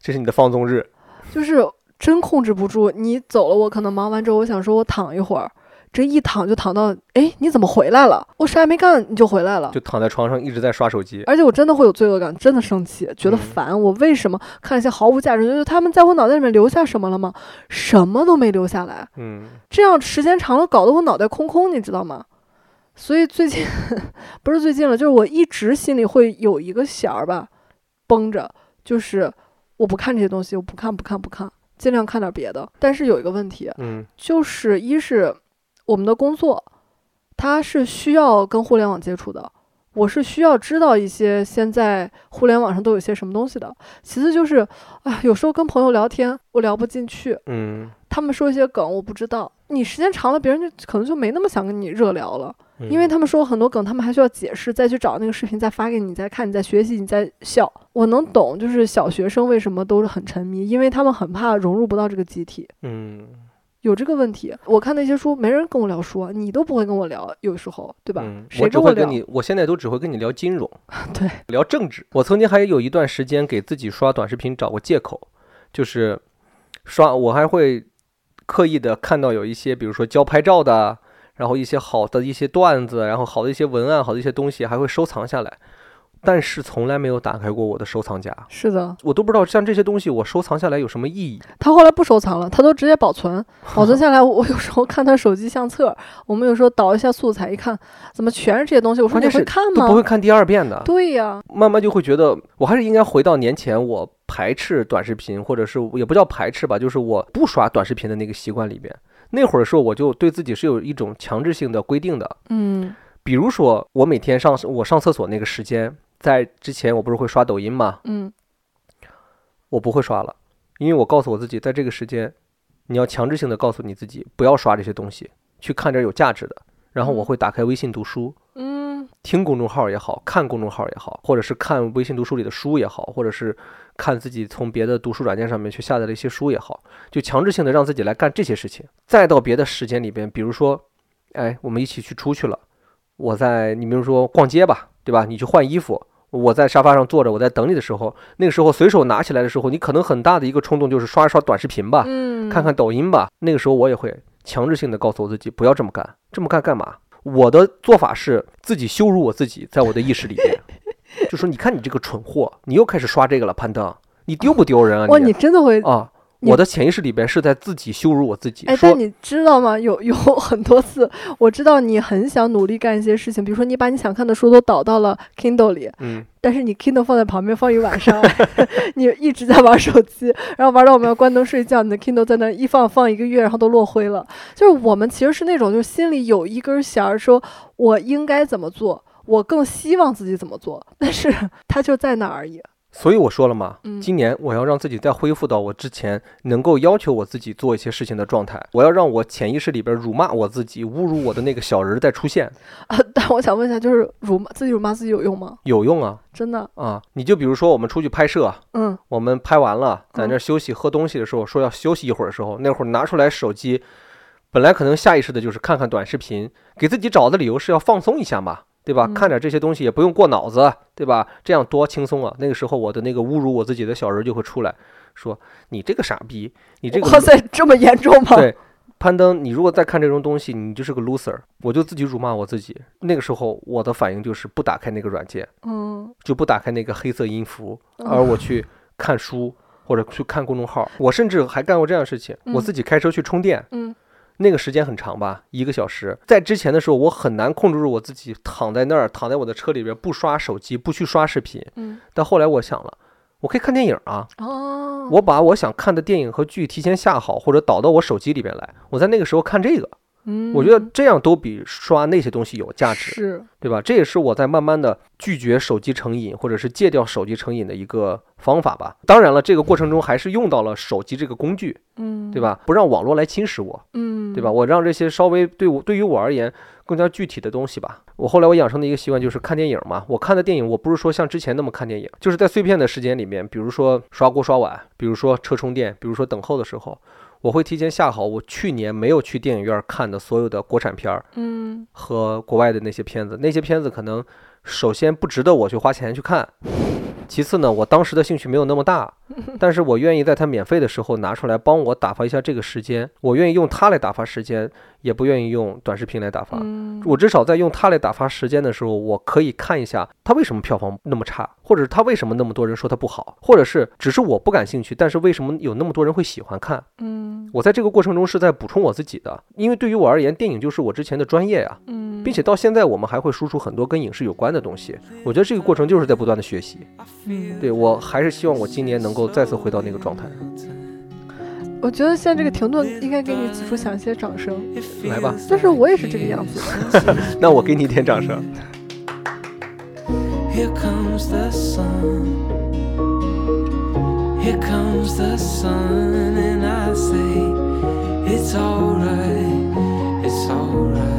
Speaker 1: 这是你的放纵日，
Speaker 2: 就是真控制不住。你走了，我可能忙完之后，我想说我躺一会儿，这一躺就躺到，哎，你怎么回来了？我啥也没干，你就回来了
Speaker 1: 就。躺在床上一直在刷手机。
Speaker 2: 而且我真的会有罪恶感，真的生气，觉得
Speaker 1: 嗯
Speaker 2: 烦。我为什么看一些毫无价值？就是他们在我脑袋里面留下什么了吗？什么都没留下来。
Speaker 1: 嗯，
Speaker 2: 这样时间长了，搞得我脑袋空空，你知道吗？所以最近不是最近了，就是我一直心里会有一个弦儿吧，绷着，就是我不看这些东西，我不看，不看，不看，尽量看点别的。但是有一个问题，
Speaker 1: 嗯，
Speaker 2: 就是一是我们的工作，它是需要跟互联网接触的，我是需要知道一些现在互联网上都有些什么东西的。其次就是啊，有时候跟朋友聊天，我聊不进去，
Speaker 1: 嗯，
Speaker 2: 他们说一些梗我不知道，你时间长了，别人就可能就没那么想跟你热聊了，
Speaker 1: 嗯
Speaker 2: 因为他们说很多梗，他们还需要解释，再去找那个视频再发给你，再看，你再学习，你再笑。我能懂，就是小学生为什么都是很沉迷，因为他们很怕融入不到这个集体。
Speaker 1: 嗯，
Speaker 2: 有这个问题，我看那些书，没人跟我聊书，你都不会跟我聊，有时候，对吧？
Speaker 1: 嗯、
Speaker 2: 谁
Speaker 1: 只
Speaker 2: 跟
Speaker 1: 会
Speaker 2: 聊？
Speaker 1: 跟你，我现在都只会跟你聊金融，
Speaker 2: [laughs] 对，
Speaker 1: 聊政治。我曾经还有一段时间给自己刷短视频找过借口，就是刷，我还会刻意的看到有一些，比如说教拍照的，然后一些好的一些段子，然后好的一些文案，好的一些东西，还会收藏下来。但是从来没有打开过我的收藏夹，
Speaker 2: 是的，
Speaker 1: 我都不知道像这些东西我收藏下来有什么意义。
Speaker 2: 他后来不收藏了，他都直接
Speaker 1: [laughs]
Speaker 2: 保存，保存下来。我有时候看他手机相册，我们有时候导一下素材，一看怎么全是这些东西，我说
Speaker 1: 关
Speaker 2: 你
Speaker 1: 键是
Speaker 2: 会看
Speaker 1: 都
Speaker 2: 吗
Speaker 1: 不？会看第二遍的，
Speaker 2: 对呀、
Speaker 1: 慢慢就会觉得我还是应该回到年前我排斥短视频，或者是也不叫排斥吧，就是我不刷短视频的那个习惯里边。那会儿的时候，我就对自己是有一种强制性的规定的，
Speaker 2: 嗯
Speaker 1: 比如说我每天上我上厕所那个时间，在之前我不是会刷抖音吗？
Speaker 2: 嗯，
Speaker 1: 我不会刷了，因为我告诉我自己，在这个时间，你要强制性的告诉你自己不要刷这些东西，去看点有价值的。然后我
Speaker 2: 嗯
Speaker 1: 会打开微信读书，
Speaker 2: 嗯，
Speaker 1: 听公众号也好看公众号也好，或者是看微信读书里的书也好，或者是看自己从别的读书软件上面去下载的一些书也好，就强制性的让自己来干这些事情。再到别的时间里边，比如说，哎，我们一起去出去了，我在你比如说逛街吧，对吧？你去换衣服，我在沙发上坐着，我在等你的时候，那个时候随手拿起来的时候，你可能很大的一个冲动就是刷一刷短视频吧，
Speaker 2: 嗯
Speaker 1: 啊看看抖音吧。那个时候我也会强制性的告诉我自己不要这么干，这么干干嘛？我的做法是自己羞辱我自己，在我的意识里
Speaker 2: [laughs]
Speaker 1: 面，就说你看你这个蠢货，你又开始刷这个了，攀登，你丢不丢人啊
Speaker 2: 哇，
Speaker 1: 你？
Speaker 2: 哦你真的会
Speaker 1: 啊，
Speaker 2: 你
Speaker 1: 我的潜意识里边是在自己羞辱我自己，
Speaker 2: 哎，
Speaker 1: 说
Speaker 2: 但你知道吗？有 [laughs] 有很多次，我知道你很想努力干一些事情，比如说你把你想看的书都导到了 Kindle 里，
Speaker 1: 嗯，
Speaker 2: 但是你 Kindle 放在旁边放一
Speaker 1: [laughs]
Speaker 2: 晚上， [laughs] 你一直在玩手机，然后玩到我们要关灯睡觉，你的 Kindle 在那一放放一个月，然后都落灰了。就是我们其实是那种，就是心里有一根弦儿，说我应该怎么做，我更希望自己怎么做，但是 [laughs] 它就在那儿而已。
Speaker 1: 所以我说了嘛，
Speaker 2: 嗯
Speaker 1: 今年我要让自己再恢复到我之前能够要求我自己做一些事情的状态，我要让我潜意识里边辱骂我自己、侮辱我的那个小人儿再出现，
Speaker 2: 啊，但我想问一下，就是辱骂自己辱骂自己有用吗？
Speaker 1: 有用啊
Speaker 2: 真的，
Speaker 1: 啊！你就比如说我们出去拍摄，
Speaker 2: 嗯，
Speaker 1: 我们拍完了，在
Speaker 2: 嗯
Speaker 1: 那儿休息、喝东西的时候，说要休息一会儿的时候，那会儿拿出来手机，本来可能下意识的就是看看短视频，给自己找的理由是要放松一下嘛，对吧？
Speaker 2: 嗯
Speaker 1: 看点这些东西也不用过脑子，对吧？这样多轻松啊！那个时候我的那个侮辱我自己的小人就会出来，说你这个傻逼，你这个
Speaker 2: [laughs] 哇塞，这么严重吗？
Speaker 1: 对攀登，你如果再看这种东西，你就是个 loser。我就自己辱骂我自己。那个时候我的反应就是不打开那个软件，
Speaker 2: 嗯，
Speaker 1: 就不打开那个黑色音符，而
Speaker 2: 嗯
Speaker 1: 我去看书或者去看公众号。我甚至还干过这样的事情，我
Speaker 2: 嗯
Speaker 1: 自己开车去充电，
Speaker 2: 嗯
Speaker 1: 那个时间很长吧，一个小时。在之前的时候，我很难控制住我自己，躺在那儿，躺在我的车里边，不刷手机，不去刷视频。
Speaker 2: 嗯
Speaker 1: 但后来我想了，我可以看电影啊，
Speaker 2: 哦，
Speaker 1: 我把我想看的电影和剧提前下好，或者导到我手机里边来，我在那个时候看这个，
Speaker 2: 嗯
Speaker 1: 我觉得这样都比刷那些东西有价值。
Speaker 2: 是
Speaker 1: 对吧？这也是我在慢慢的拒绝手机成瘾，或者是戒掉手机成瘾的一个方法吧。当然了，这个过程中还是用到了手机这个工具，
Speaker 2: 嗯，
Speaker 1: 对？吧？不让网络来侵蚀我，
Speaker 2: 嗯，
Speaker 1: 对吧？？我让这些稍微对我对于我而言更加具体的东西吧。我后来我养成的一个习惯就是看电影嘛。我看的电影，我不是说像之前那么看电影，就是在碎片的时间里面，比如说刷锅刷碗，比如说车充电，比如说等候的时候，我会提前下好我去年没有去电影院看的所有的国产片儿。
Speaker 2: 嗯，
Speaker 1: 和国外的那些片子，那些片子可能首先不值得我去花钱去看，其次呢，我当时的兴趣没有那么大，但是我愿意在它免费的时候拿出来帮我打发一下这个时间，我愿意用它来打发时间，也不愿意用短视频来打发。
Speaker 2: 嗯
Speaker 1: 我至少在用它来打发时间的时候，我可以看一下它为什么票房那么差，或者是它为什么那么多人说它不好，或者是只是我不感兴趣，但是为什么有那么多人会喜欢看？
Speaker 2: 嗯
Speaker 1: 我在这个过程中是在补充我自己的，因为对于我而言，电影就是我之前的专业呀、啊
Speaker 2: 嗯，
Speaker 1: 并且到现在我们还会输出很多跟影视有关的东西。我觉得这个过程就是在不断的学习。
Speaker 2: 嗯
Speaker 1: 对我还是希望我今年能够再次回到那个状态。
Speaker 2: 我觉得现在这个停顿应该给你挤出响一些掌声，
Speaker 1: 来吧，
Speaker 2: 但是我也是这个样子的。
Speaker 1: [laughs] 那我给你一点掌声。
Speaker 4: Here comes the sun. Here comes the sun, and I say, It's alright, it's alright.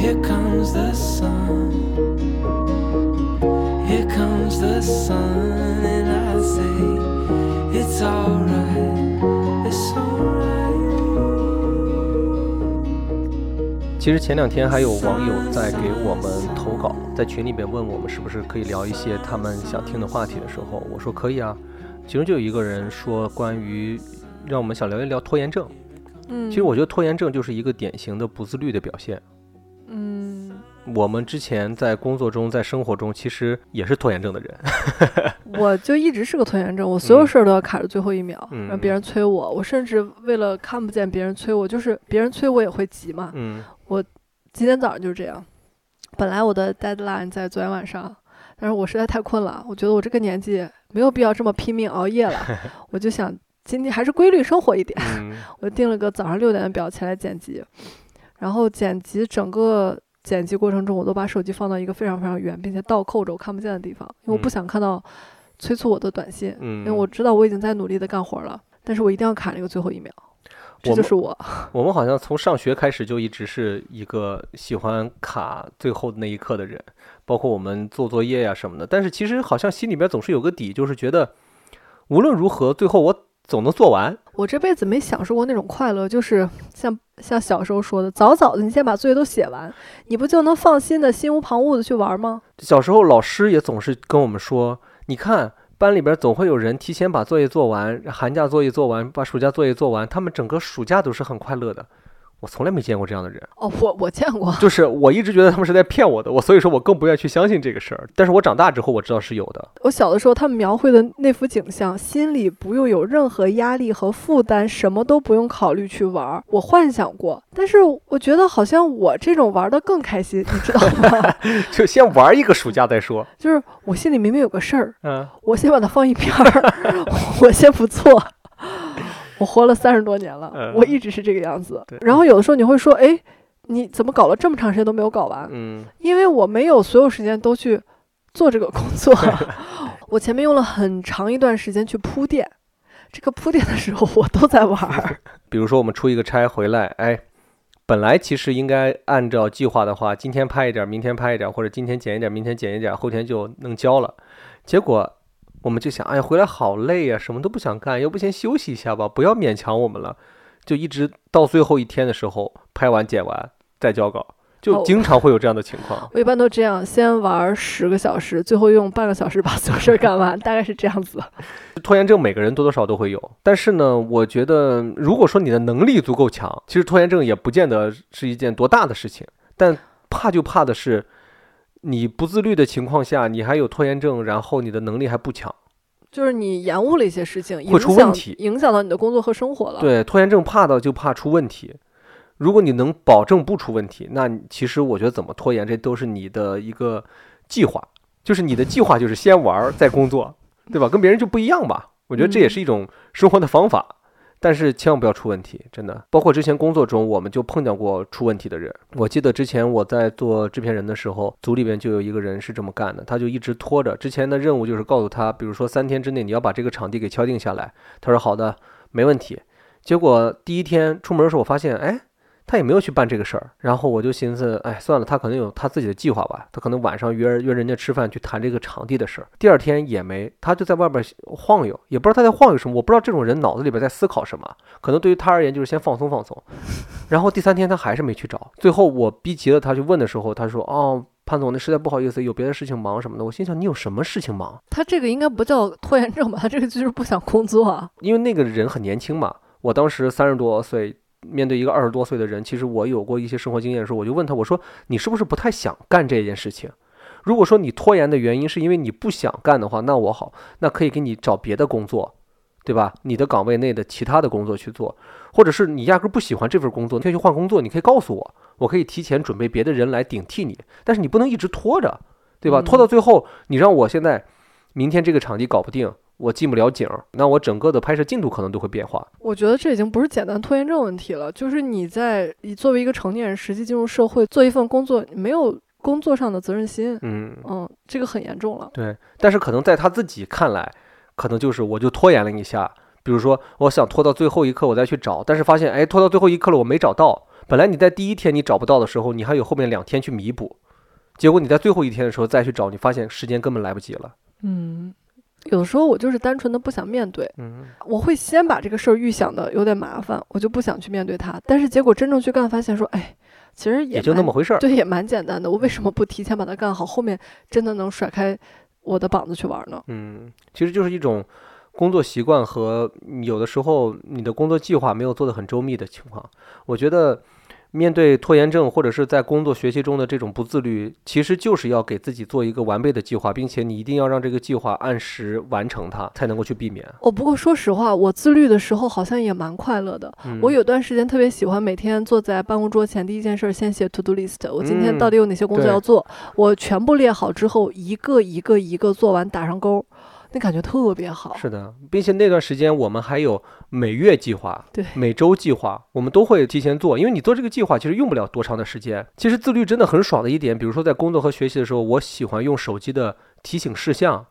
Speaker 4: Here comes the sun. Here comes the sun, and I say, It's alright, it's alright.
Speaker 1: 其实前两天还有网友在给我们投稿，在群里面问我们是不是可以聊一些他们想听的话题的时候，我说可以啊。其中就有一个人说关于让我们想聊一聊拖延症。
Speaker 2: 嗯，
Speaker 1: 其实我觉得拖延症就是一个典型的不自律的表现。
Speaker 2: 嗯，
Speaker 1: 我们之前在工作中、在生活中，其实也是拖延症的人。
Speaker 2: 我就一直是个拖延症，我所有
Speaker 1: 嗯
Speaker 2: 事儿都要卡着最后一秒，
Speaker 1: 嗯
Speaker 2: 让别人催我。我甚至为了看不见别人催我，就是别人催我也会急嘛。
Speaker 1: 嗯
Speaker 2: 今天早上就是这样。本来我的 deadline 在昨天晚上，但是我实在太困了，我觉得我这个年纪没有必要这么拼命
Speaker 1: [laughs]
Speaker 2: 熬夜了，我就想今天还是规律生活一点。
Speaker 1: [laughs] 嗯
Speaker 2: 我定了个早上六点的表起来剪辑，然后剪辑整个剪辑过程中，我都把手机放到一个非常非常远，并且倒扣着我看不见的地方，因为我不
Speaker 1: 嗯
Speaker 2: 想看到催促我的短信，
Speaker 1: 嗯，
Speaker 2: 因为我知道我已经在努力的干活了，但是我一定要卡那个最后一秒，这
Speaker 1: 我
Speaker 2: 就
Speaker 1: 们
Speaker 2: 是我。
Speaker 1: 我们好像从上学开始就一直是一个喜欢卡最后的那一刻的人，包括我们做作业呀、什么的。但是其实好像心里边总是有个底，就是觉得无论如何，最后我总能做完。
Speaker 2: 我这辈子没享受过那种快乐，就是像像小时候说的，早早的你先把作业都写完，你不就能放心的心无旁骛的去玩吗？
Speaker 1: 小时候老师也总是跟我们说，你看班里边总会有人提前把作业做完，寒假作业做完，把暑假作业做完，他们整个暑假都是很快乐的。我从来没见过这样的人，
Speaker 2: 哦，我我见过，
Speaker 1: 就是我一直觉得他们是在骗我的，我所以说我更不愿意去相信这个事儿。但是我长大之后我知道是有的，
Speaker 2: [laughs] 我小的时候，他们描绘的那幅景象，心里不用有任何压力和负担，什么都不用考虑去玩儿。我幻想过，但是我觉得好像我这种玩的更开心，你知道吗？ [laughs]
Speaker 1: [laughs] 就先玩一个暑假再说。
Speaker 2: 就是我心里明明有个事儿，
Speaker 1: 嗯，
Speaker 2: 我先把它放一
Speaker 1: [laughs]
Speaker 2: 边儿，我先不做。我活了三十多年了，
Speaker 1: 嗯
Speaker 2: 我一直是这个样子
Speaker 1: 对。
Speaker 2: 然后有的时候你会说，哎，你怎么搞了这么长时间都没有搞完？
Speaker 1: 嗯
Speaker 2: 因为我没有所有时间都去做这个工
Speaker 1: [laughs]
Speaker 2: 作，我前面用了很长一段时间去铺垫。这个铺垫的时候，我都在玩
Speaker 1: [laughs]
Speaker 2: 儿。
Speaker 1: 比如说我们出一个差回来，哎，本来其实应该按照计划的话，今天拍一点儿，明天拍一点儿，或者今天剪一点儿，明天剪一点儿，后天就能交了。结果我们就想，哎呀，回来好累呀、什么都不想干，要不先休息一下吧，不要勉强我们了。就一直到最后一天的时候，拍完剪完再交稿，就
Speaker 2: 哦
Speaker 1: 经常会有这样的情况。
Speaker 2: 我一般都这样，先玩十个小时，最后用半个小时把所有事儿干完，大概是这样子。
Speaker 1: 拖延症每个人多多少少都会有，但是呢，我觉得如果说你的能力足够强，其实拖延症也不见得是一件多大的事情。但怕就怕的是，你不自律的情况下，你还有拖延症，然后你的能力还不强。
Speaker 2: 就是你延误了一些事情，
Speaker 1: 会
Speaker 2: 影
Speaker 1: 出问
Speaker 2: 响
Speaker 1: 题
Speaker 2: 影响到你的工作和生活了。
Speaker 1: 对，拖延症怕到就怕出问题。如果你能保证不出问题，那你其实我觉得怎么拖延，这都是你的一个计划，就是你的计划就是先玩儿再工作，对吧？跟别人就不一样吧。我觉得这也是一种生活的方法，但是千万不要出问题，真的。包括之前工作中，我们就碰见过出问题的人。我记得之前我在做制片人的时候，组里边就有一个人是这么干的，他就一直拖着。之前的任务就是告诉他，比如说三天之内你要把这个场地给敲定下来。他说好的，没问题。结果第一天出门的时候，我发现，哎，他也没有去办这个事儿。然后我就寻思，哎，算了，他可能有他自己的计划吧，他可能晚上约约人家吃饭去谈这个场地的事儿。第二天也没，他就在外边晃悠，也不知道他在晃悠什么。我不知道这种人脑子里边在思考什么，可能对于他而言就是先放松放松。 [laughs] 然后第三天他还是没去找，最后我逼急了他去问的时候，他说，哦。潘总，那实在不好意思，有别的事情忙什么的。我心想，你有什么事情忙？
Speaker 2: 他这个应该不叫拖延症吧？他这个就是不想工作啊。
Speaker 1: 因为那个人很年轻嘛，我当时三十多岁，面对一个二十多岁的人，其实我有过一些生活经验的时候，我就问他，我说你是不是不太想干这件事情？如果说你拖延的原因是因为你不想干的话，那我好，那可以给你找别的工作，对吧？你的岗位内的其他的工作去做，或者是你压根儿不喜欢这份工作，你可以去换工作，你可以告诉我，我可以提前准备别的人来顶替你，但是你不能一直拖着，对吧？拖到最后，你让我现在明天这个场地搞不定，我进不了景儿，那我整个的拍摄进度可能都会变化。
Speaker 2: 我觉得这已经不是简单拖延症问题了，就是你在你作为一个成年人，实际进入社会做一份工作，你没有工作上的责任心，
Speaker 1: 嗯，
Speaker 2: 嗯，这个很严重了。
Speaker 1: 对。但是可能在他自己看来，可能就是我就拖延了一下，比如说我想拖到最后一刻我再去找，但是发现哎，拖到最后一刻了我没找到。本来你在第一天你找不到的时候，你还有后面两天去弥补，结果你在最后一天的时候再去找，你发现时间根本来不及了。
Speaker 2: 嗯，有的时候我就是单纯的不想面对，
Speaker 1: 嗯
Speaker 2: 我会先把这个事儿预想的有点麻烦，我就不想去面对它。但是结果真正去干，发现说，哎，其实也
Speaker 1: 也就那
Speaker 2: 蛮
Speaker 1: 么回事儿。
Speaker 2: 对，也蛮简单的。我为什么不提前把它干好？后面真的能甩开我的膀子去玩呢？
Speaker 1: 嗯，其实就是一种工作习惯和嗯有的时候你的工作计划没有做得很周密的情况。我觉得面对拖延症或者是在工作学习中的这种不自律，其实就是要给自己做一个完备的计划，并且你一定要让这个计划按时完成它，才能够去避免。
Speaker 2: 哦，不过说实话，我自律的时候好像也蛮快乐的。
Speaker 1: 嗯、
Speaker 2: 我有段时间特别喜欢每天坐在办公桌前，第一件事儿先写 to do list，我今天
Speaker 1: 嗯
Speaker 2: 到底有哪些工作
Speaker 1: 对
Speaker 2: 要做，我全部列好之后，一个一个一个做完，打上勾，那感觉特别好。
Speaker 1: 嗯是的，并且那段时间我们还有每月计划、
Speaker 2: 对
Speaker 1: 每周计划，我们都会提前做，因为你做这个计划其实用不了多长的时间。其实自律真的很爽的一点，比如说在工作和学习的时候，我喜欢用手机的提醒事项，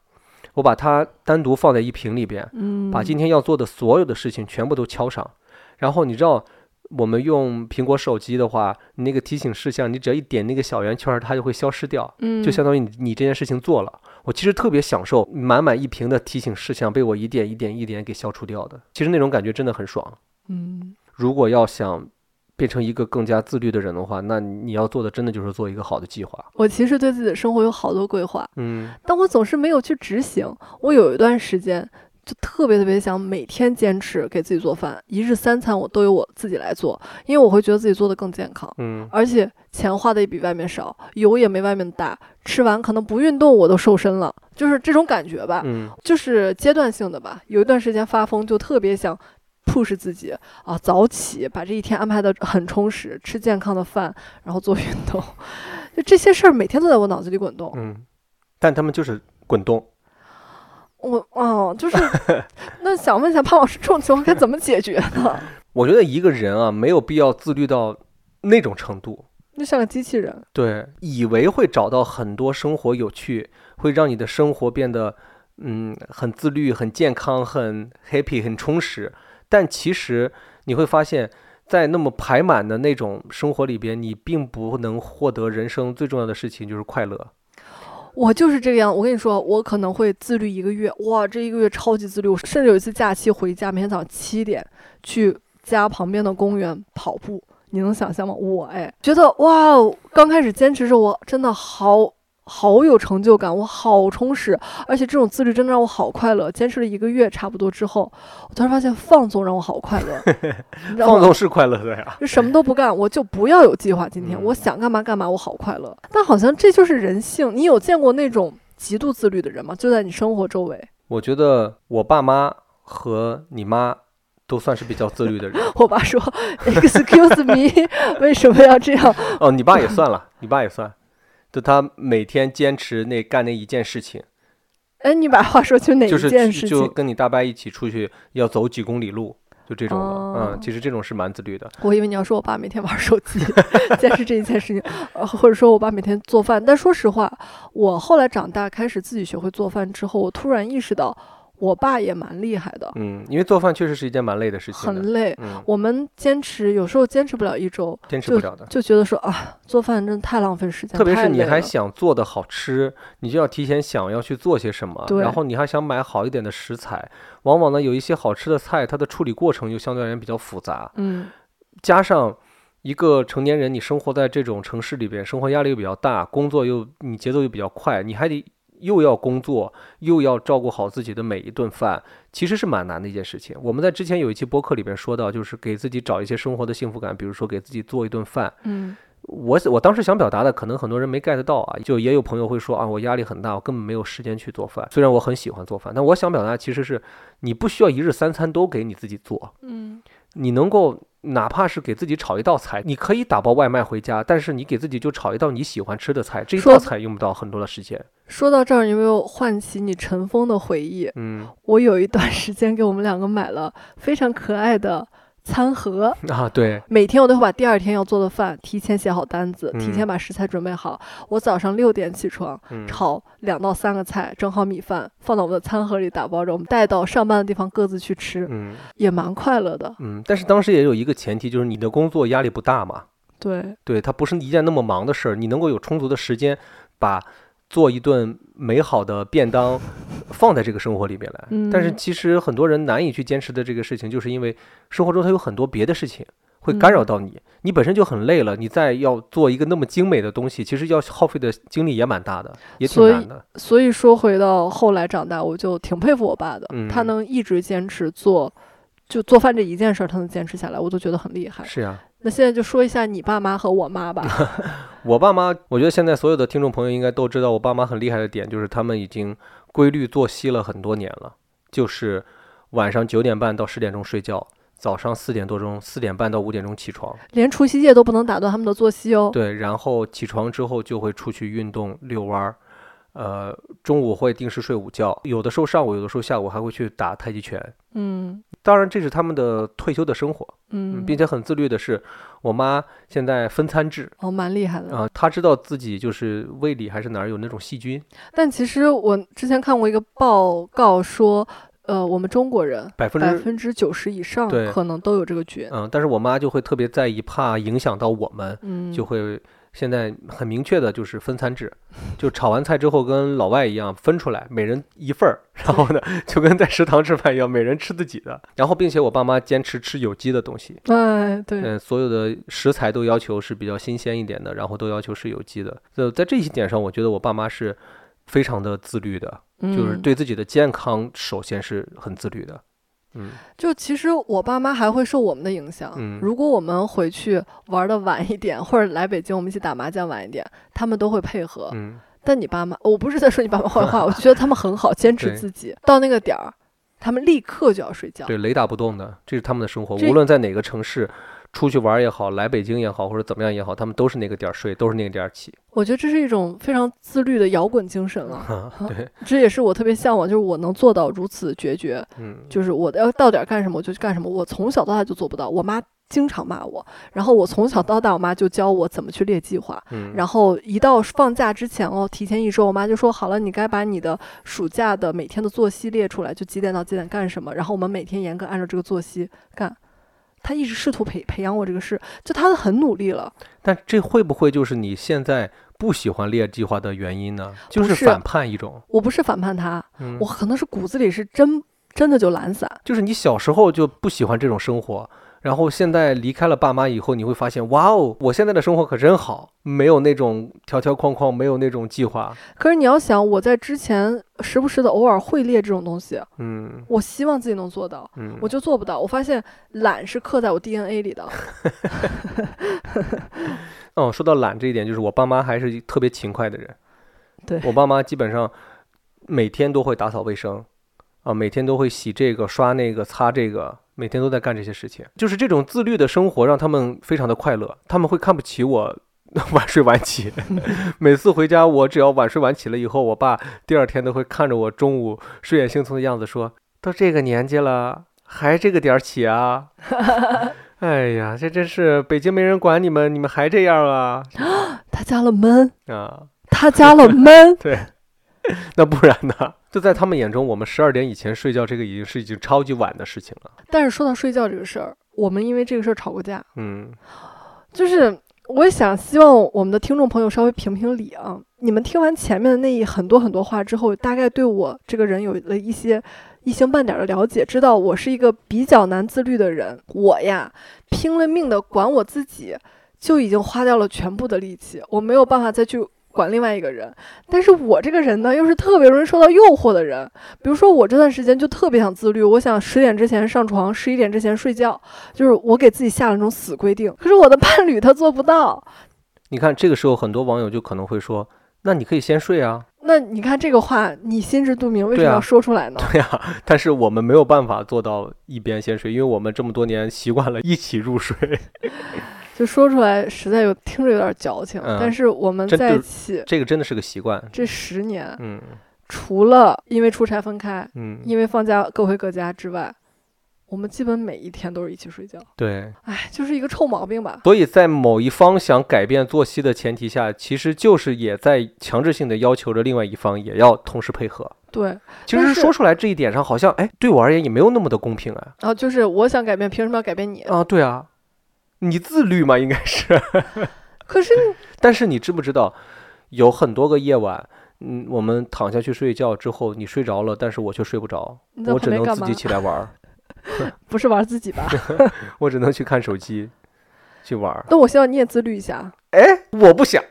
Speaker 1: 我把它单独放在一屏里边，
Speaker 2: 嗯，
Speaker 1: 把今天要做的所有的事情全部都敲上。然后你知道，我们用苹果手机的话，你那个提醒事项，你只要一点那个小圆圈儿，它就会消失掉。
Speaker 2: 嗯，
Speaker 1: 就相当于你你这件事情做了。我其实特别享受满满一瓶的提醒事项被我一点一点一点给消除掉的，其实那种感觉真的很爽。
Speaker 2: 嗯，
Speaker 1: 如果要想变成一个更加自律的人的话，那你要做的真的就是做一个好的计划。
Speaker 2: 我其实对自己的生活有好多规划，
Speaker 1: 嗯，
Speaker 2: 但我总是没有去执行。我有一段时间就特别特别想每天坚持给自己做饭，一日三餐我都由我自己来做，因为我会觉得自己做的更健康，
Speaker 1: 嗯，
Speaker 2: 而且钱花的也比外面少，油也没外面大，吃完可能不运动我都瘦身了，就是这种感觉吧，
Speaker 1: 嗯，
Speaker 2: 就是阶段性的吧。有一段时间发疯，就特别想。push 自己啊，早起，把这一天安排的很充实，吃健康的饭，然后做运动，就这些事儿每天都在我脑子里滚动。
Speaker 1: 嗯，但他们就是滚动。
Speaker 2: 我哦，
Speaker 1: [laughs]
Speaker 2: 就是，那想问一下潘老师，这种情况该怎么解决
Speaker 1: [laughs]
Speaker 2: 呢？
Speaker 1: 我觉得一个人啊，没有必要自律到那种程度。
Speaker 2: 就像个机器人，
Speaker 1: 对，以为会找到很多生活有趣，会让你的生活变得嗯很自律、很健康、很 happy、很充实，但其实你会发现。在那么排满的那种生活里边，你并不能获得人生最重要的事情，就是快乐。
Speaker 2: 我就是这个样。我跟你说，我可能会自律一个月，哇，这一个月超级自律。我甚至有一次假期回家，每天早上七点去家旁边的公园跑步，你能想象吗？我哎，觉得哇哦，刚开始坚持着，我真的好。好有成就感，我好充实，而且这种自律真的让我好快乐。坚持了一个月差不多之后，我突然发现放纵让我好快
Speaker 1: [laughs]
Speaker 2: 乐， [laughs] 你知道吗
Speaker 1: 放纵是快乐的呀。
Speaker 2: 就什么都不干，我就不要有计划。今天
Speaker 1: 嗯
Speaker 2: 我想干嘛干嘛，我好快乐。但好像这就是人性。你有见过那种极度自律的人吗？就在你生活周围。 [laughs]
Speaker 1: 我觉得我爸妈和你妈都算是比较自律的人。
Speaker 2: 我爸说：“Excuse me，为 [laughs] 什么要这样
Speaker 1: [laughs] 哦，你爸也算了，你爸也算，就他每天坚持那干那一件事情。？”
Speaker 2: 哎，你把话说去哪
Speaker 1: 就
Speaker 2: 一
Speaker 1: 是
Speaker 2: 件
Speaker 1: 去
Speaker 2: 事
Speaker 1: 就
Speaker 2: 情？
Speaker 1: 跟你大伯一起出去要走几公里路，就这种的。
Speaker 2: 哦
Speaker 1: 嗯，其实这种是蛮自律的。
Speaker 2: 我以为你要说我爸每天玩手机， [laughs] 坚持这一件事情，呃或者说我爸每天做饭。但说实话，我后来长大开始自己学会做饭之后，我突然意识到，我爸也蛮厉害的，
Speaker 1: 嗯，因为做饭确实是一件蛮累的事情的。
Speaker 2: 很累。
Speaker 1: 嗯，
Speaker 2: 我们坚持有时候坚持不了一周，
Speaker 1: 坚持不了的。
Speaker 2: 就觉得说啊，做饭真的太浪费时间，
Speaker 1: 特别
Speaker 2: 太
Speaker 1: 是你
Speaker 2: 累
Speaker 1: 还
Speaker 2: 了
Speaker 1: 想做的好吃，你就要提前想要去做些什么，
Speaker 2: 对
Speaker 1: 然后你还想买好一点的食材。往往呢，有一些好吃的菜，它的处理过程又相对而言比较复杂，
Speaker 2: 嗯，
Speaker 1: 加上。一个成年人，你生活在这种城市里边，生活压力又比较大，工作又你节奏又比较快，你还得又要工作，又要照顾好自己的每一顿饭，其实是蛮难的一件事情。我们在之前有一期播客里边说到，就是给自己找一些生活的幸福感，比如说给自己做一顿饭。
Speaker 2: 嗯，
Speaker 1: 我我当时想表达的，可能很多人没 get 到啊，就也有朋友会说啊，我压力很大，我根本没有时间去做饭。虽然我很喜欢做饭，但我想表达其实是，你不需要一日三餐都给你自己做，
Speaker 2: 嗯，
Speaker 1: 你能够哪怕是给自己炒一道菜，你可以打包外卖回家，但是你给自己就炒一道你喜欢吃的菜，这一
Speaker 2: 说
Speaker 1: 道
Speaker 2: 的
Speaker 1: 菜用不到很多的时间。
Speaker 2: 说到这儿，有没有唤起你尘封的回忆？ [laughs]
Speaker 1: 嗯
Speaker 2: 我有一段时间给我们两个买了非常可爱的餐盒，
Speaker 1: 啊，对，
Speaker 2: 每天我都会把第二天要做的饭提前写好单子，提
Speaker 1: 嗯
Speaker 2: 前把食材准备好。我早上六点起床，
Speaker 1: 嗯，
Speaker 2: 炒两到三个菜，整好米饭，放到我们的餐盒里打包着，我们带到上班的地方各自去吃，
Speaker 1: 嗯
Speaker 2: 也蛮快乐的。
Speaker 1: 嗯，但是当时也有一个前提，就是你的工作压力不大嘛。
Speaker 2: 对，
Speaker 1: 对，它不是一件那么忙的事儿，你能够有充足的时间把做一顿美好的便当放在这个生活里面来。但是
Speaker 2: 嗯
Speaker 1: 其实很多人难以去坚持的这个事情，就是因为生活中它有很多别的事情会干扰
Speaker 2: 嗯
Speaker 1: 到你，你本身就很累了，你再要做一个那么精美的东西，其实要耗费的精力也蛮大的，也挺
Speaker 2: 所以
Speaker 1: 难的。
Speaker 2: 所以说，回到后来长大，我就挺佩服我爸的，
Speaker 1: 嗯
Speaker 2: 他能一直坚持做，就做饭这一件事儿，他能坚持下来，我都觉得很厉害。
Speaker 1: 是呀、啊
Speaker 2: 那现在就说一下你爸妈和我妈吧。
Speaker 1: 我爸妈，我觉得现在所有的听众朋友应该都知道，我爸妈很厉害的点就是他们已经规律作息了很多年了，就是晚上九点半到十点钟睡觉，早上四点多钟、四点半到五点钟起床，
Speaker 2: 连除夕夜都不能打断他们的作息哦。
Speaker 1: 对，然后起床之后就会出去运动、遛弯儿，呃，中午会定时睡午觉，有的时候上午，有的时候下午还会去打太极拳。
Speaker 2: 嗯
Speaker 1: 当然，这是他们的退休的生活，嗯
Speaker 2: 嗯，
Speaker 1: 并且很自律的是，我妈现在分餐制
Speaker 2: 哦，蛮厉害的。
Speaker 1: 啊、她知道自己就是胃里还是哪儿有那种细菌，
Speaker 2: 但其实我之前看过一个报告说，呃，我们中国人
Speaker 1: 百分
Speaker 2: 百
Speaker 1: 之
Speaker 2: 分之九十以上
Speaker 1: 对
Speaker 2: 可能都有这个菌。
Speaker 1: 嗯，但是我妈就会特别在意，怕影响到我们，
Speaker 2: 嗯，
Speaker 1: 就会现在很明确的就是分餐制，就炒完菜之后跟老外一样分出来，每人一份儿，然后呢 [laughs] 就跟在食堂吃饭一样，每人吃自己的。然后并且我爸妈坚持吃有机的东西，
Speaker 2: 哎，对，
Speaker 1: 嗯，所有的食材都要求是比较新鲜一点的，然后都要求是有机的。呃，在这一点上，我觉得我爸妈是非常的自律的，就是
Speaker 2: 嗯
Speaker 1: 对自己的健康首先是很自律的。嗯，
Speaker 2: 就其实我爸妈还会受我们的影响。
Speaker 1: 嗯
Speaker 2: 如果我们回去玩的晚一点，或者来北京我们一起打麻将晚一点，他们都会配合。
Speaker 1: 嗯，
Speaker 2: 但你爸妈，我不是在说你爸
Speaker 1: [laughs]
Speaker 2: 妈坏话，我觉得他们很好，坚持
Speaker 1: 对
Speaker 2: 自己，到那个点儿，他们立刻就要睡觉。
Speaker 1: 对，雷打不动的，这是他们的生活。
Speaker 2: 这
Speaker 1: 无论在哪个城市，出去玩儿也好，来北京也好，或者怎么样也好，他们都是那个点儿睡，都是那个点儿起。 [laughs]
Speaker 2: 我觉得这是一种非常自律的摇滚精神了，
Speaker 1: 啊，对，
Speaker 2: 这也是我特别向往，就是我能做到如此决绝，
Speaker 1: 嗯，
Speaker 2: 就是我要到点儿干什么我就去干什么。我从小到大就做不到，我妈经常骂我，然后我从小到大我妈就教我怎么去列计划，
Speaker 1: 嗯，
Speaker 2: 然后一到放假之前哦，提前一周，我妈就说好了，你该把你的暑假的每天的作息列出来，就几点到几点干什么，然后我们每天严格按照这个作息干。她一直试图培培养我这个事，就她很努力了。
Speaker 1: 但这会不会就是你现在不喜欢列计划的原因呢？就
Speaker 2: 不
Speaker 1: 是
Speaker 2: 是
Speaker 1: 反叛一种，
Speaker 2: 我不是反叛她，
Speaker 1: 嗯
Speaker 2: 我，可能是骨子里是真真的就懒散。
Speaker 1: 就是你小时候就不喜欢这种生活。然后现在离开了爸妈以后，你会发现，哇哦，我现在的生活可真好，没有那种条条框框，没有那种计划。
Speaker 2: 可是你要想，我在之前时不时的偶尔会列这种东西，
Speaker 1: 嗯
Speaker 2: 我希望自己能做到，
Speaker 1: 嗯，
Speaker 2: 我就做不到。我发现懒是刻在我 DNA 里的。
Speaker 1: 哦，说到懒这一点，就是我爸妈还是特别勤快的人。
Speaker 2: 对
Speaker 1: 我爸妈基本上每天都会打扫卫生，啊，每天都会洗这个、刷那个、擦这个，每天都在干这些事情。就是这种自律的生活让他们非常的快乐，他们会看不起我 [laughs] 晚睡晚起。每次回家，我只要晚睡晚起了以后，我爸第二天都会看着我中午睡眼惺忪的样子说：“都这个年纪了，还这个点儿起啊？”哎呀，这真是北京没人管你们，你们还这样啊？
Speaker 2: [laughs] 他加了闷，
Speaker 1: 啊，，
Speaker 2: [laughs] 他加了闷
Speaker 1: 那不然呢？ [laughs] 就在他们眼中，我们十二点以前睡觉，这个已经是已经超级晚的事情了。
Speaker 2: 但是说到睡觉这个事儿，我们因为这个事儿吵过架，
Speaker 1: 嗯，
Speaker 2: 就是我也想希望我们的听众朋友稍微评评理啊。你们听完前面的那一很多很多话之后，大概对我这个人有了一些一星半点儿的了解，知道我是一个比较难自律的人。我呀，拼了命的管我自己，就已经花掉了全部的力气，我没有办法再去。管另外一个人，但是我这个人呢，又是特别容易受到诱惑的人。比如说，我这段时间就特别想自律，我想十点之前上床，十一点之前睡觉，就是我给自己下了那种死规定，可是我的伴侣他做不到。 [laughs]
Speaker 1: 你看这个时候，很多网友就可能会说：“那你可以先睡啊。
Speaker 2: 那你看这个话，你心知肚明，为什
Speaker 1: 对
Speaker 2: 么
Speaker 1: 啊
Speaker 2: 要说出来呢？”
Speaker 1: 对呀、但是我们没有办法做到一边先睡，因为我们这么多年习惯了一起入睡。 [laughs]
Speaker 2: 就说出来实在有听着有点矫情，
Speaker 1: 嗯
Speaker 2: 但是我们
Speaker 1: 真
Speaker 2: 在
Speaker 1: 就
Speaker 2: 一起
Speaker 1: 这个真的是个习惯。
Speaker 2: 这十年，
Speaker 1: 嗯
Speaker 2: 除了因为出差分开，
Speaker 1: 嗯，
Speaker 2: 因为放假各回各家之外，我们基本每一天都是一起睡觉。
Speaker 1: 对。
Speaker 2: 哎，就是一个臭毛病吧。
Speaker 1: 所以在某一方想改变作息的前提下，其实就是也在强制性的要求着另外一方也要同时配合。
Speaker 2: 对，然
Speaker 1: 其
Speaker 2: 但
Speaker 1: 实
Speaker 2: 是
Speaker 1: 说出来这一点上，好像哎，对我而言也没有那么的公平啊。
Speaker 2: 后就是我想改变，凭什么要改变你？
Speaker 1: 啊，对啊，你自律嘛，应该是。 [laughs]
Speaker 2: 可是你
Speaker 1: 但是你知不知道，有很多个夜晚，嗯，我们躺下去睡觉之后，你睡着了，但是我却睡不着，
Speaker 2: 你在
Speaker 1: 我
Speaker 2: 旁
Speaker 1: 只
Speaker 2: 边
Speaker 1: 能
Speaker 2: 干
Speaker 1: 自
Speaker 2: 嘛
Speaker 1: 己？起来玩儿，
Speaker 2: 不是玩自己吧？
Speaker 1: 我只能去看手机，去玩儿。
Speaker 2: 那我希望你也自律一下。
Speaker 1: 哎我不想，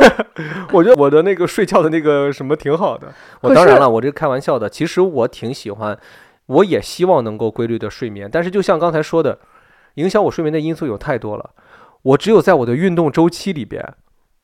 Speaker 1: [laughs] 我觉得我的那个睡觉的那个什么挺好的。我
Speaker 2: 可
Speaker 1: 当然
Speaker 2: 是
Speaker 1: 了，我这开玩笑的，其实我挺喜欢，我也希望能够规律的睡眠，但是就像刚才说的，影响我睡眠的因素有太多了。我只有在我的运动周期里边，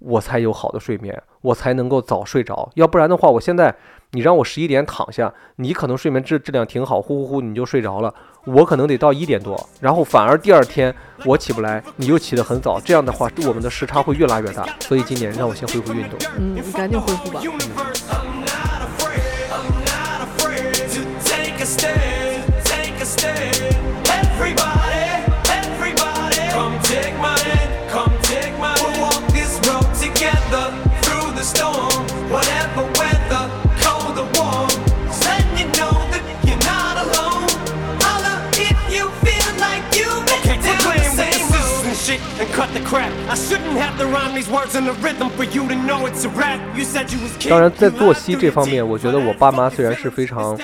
Speaker 1: 我才有好的睡眠，我才能够早睡着。要不然的话，我现在你让我十一点躺下，你可能睡眠质质量挺好，呼呼呼你就睡着了。我可能得到一点多，然后反而第二天我起不来，你又起得很早。这样的话，我们的时差会越拉越大。所以今年让我先恢复运动。
Speaker 2: 嗯，你赶紧恢复吧。
Speaker 4: universe. I'm not afraid, I'm not afraid to take a stand, take a stand. Everybody, everybody, come take my hand, come take my hand. We'll walk this road together through the storm, whatever weather, cold or warm. Let you know that you're not alone. Holla if you feel like you've been down the same road.
Speaker 5: and shit and cut the crap. I shouldn't have to rhyme these words in the rhythm for you to know it's a rap. You said you was kidding.
Speaker 1: 当然，在作息这方面，我觉得我爸妈虽然是非常，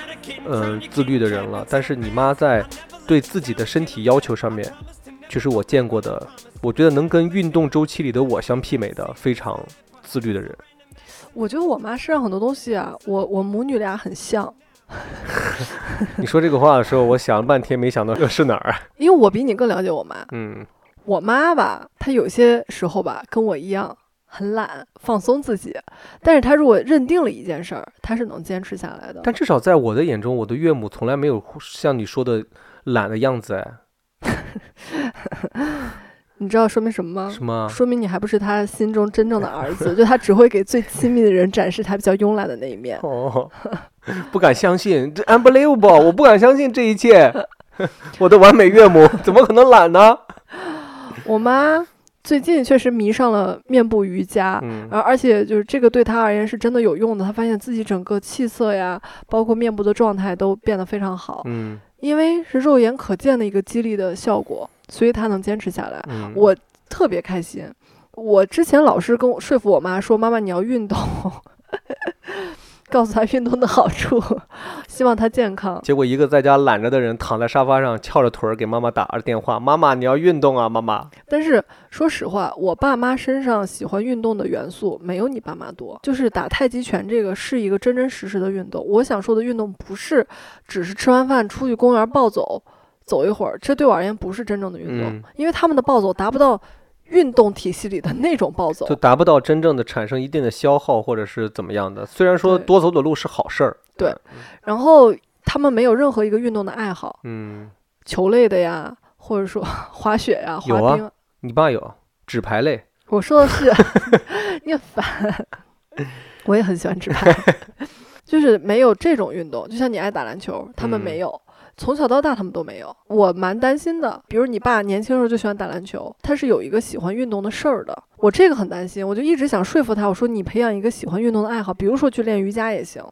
Speaker 1: 呃，自律的人了，但是你妈在对自己的身体要求上面，就是我见过的，我觉得能跟运动周期里的我相媲美的非常自律的人。
Speaker 2: 我觉得我妈身上很多东西啊，我我母女俩很像，
Speaker 1: 你说这个话的时候，我想了半天，没想到是哪儿。啊
Speaker 2: 因为我比你更了解我妈。
Speaker 1: 嗯，
Speaker 2: 我妈吧，她有些时候吧，跟我一样很懒，放松自己，但是她如果认定了一件事儿，她是能坚持下来的。
Speaker 1: 但至少在我的眼中，我的岳母从来没有像你说的懒的样子，哎，
Speaker 2: 你知道说明什么吗？
Speaker 1: 是吗？
Speaker 2: 说明你还不是她心中真正的儿子，就她只会给最亲密的人展示她比较慵懒的那一 [laughs] 面。
Speaker 1: 哦， [laughs] 不敢相信，这 unbelievable，我不敢相信这一切。 [laughs] 我的完美岳母 [laughs] 怎么可能懒呢？
Speaker 2: 我妈最近确实迷上了面部瑜伽，
Speaker 1: 嗯，
Speaker 2: 而而且就是这个对他而言是真的有用的，他发现自己整个气色呀，包括面部的状态都变得非常好，
Speaker 1: 嗯
Speaker 2: 因为是肉眼可见的一个激励的效果，所以他能坚持下来。
Speaker 1: 嗯，
Speaker 2: 我特别开心。我之前老是跟我说服我妈说：“妈妈，你要运动， [laughs] 告诉她运动的好处，希望她健康。
Speaker 1: 结果一个在家懒着的人躺在沙发上翘着腿儿给妈妈打着电话，妈妈你要运动啊，妈妈。”
Speaker 2: 但是说实话，我爸妈身上喜欢运动的元素没有你爸妈多。就是打太极拳这个是一个真真实实的运动。我想说的运动不是只是吃完饭出去公园暴走走一会儿，这对我而言不是真正的运动，
Speaker 1: 嗯
Speaker 2: 因为他们的暴走达不到运动体系里的那种暴走
Speaker 1: 就。达不到真正的产生一定的消耗或者是怎么样的。虽然说
Speaker 2: 对
Speaker 1: 多走走路是好事儿，
Speaker 2: 对然后他们没有任何一个运动的爱好，
Speaker 1: 嗯，
Speaker 2: 球类的呀，或者说滑雪呀、
Speaker 1: 有
Speaker 2: 滑
Speaker 1: 啊
Speaker 2: 冰。
Speaker 1: 你爸有纸牌类，
Speaker 2: 我说的是， [laughs] 你很烦。 [laughs] 我也很喜欢直拍，就是没有这种运动，就像你爱打篮球，他们
Speaker 1: 嗯
Speaker 2: 没有。从小到大，他们都没有，我蛮担心的。比如你爸年轻时候就喜欢打篮球，他是有一个喜欢运动的事儿的，我这个很担心，我就一直想说服他，我说你培养一个喜欢运动的爱好，比如说去练瑜伽也行，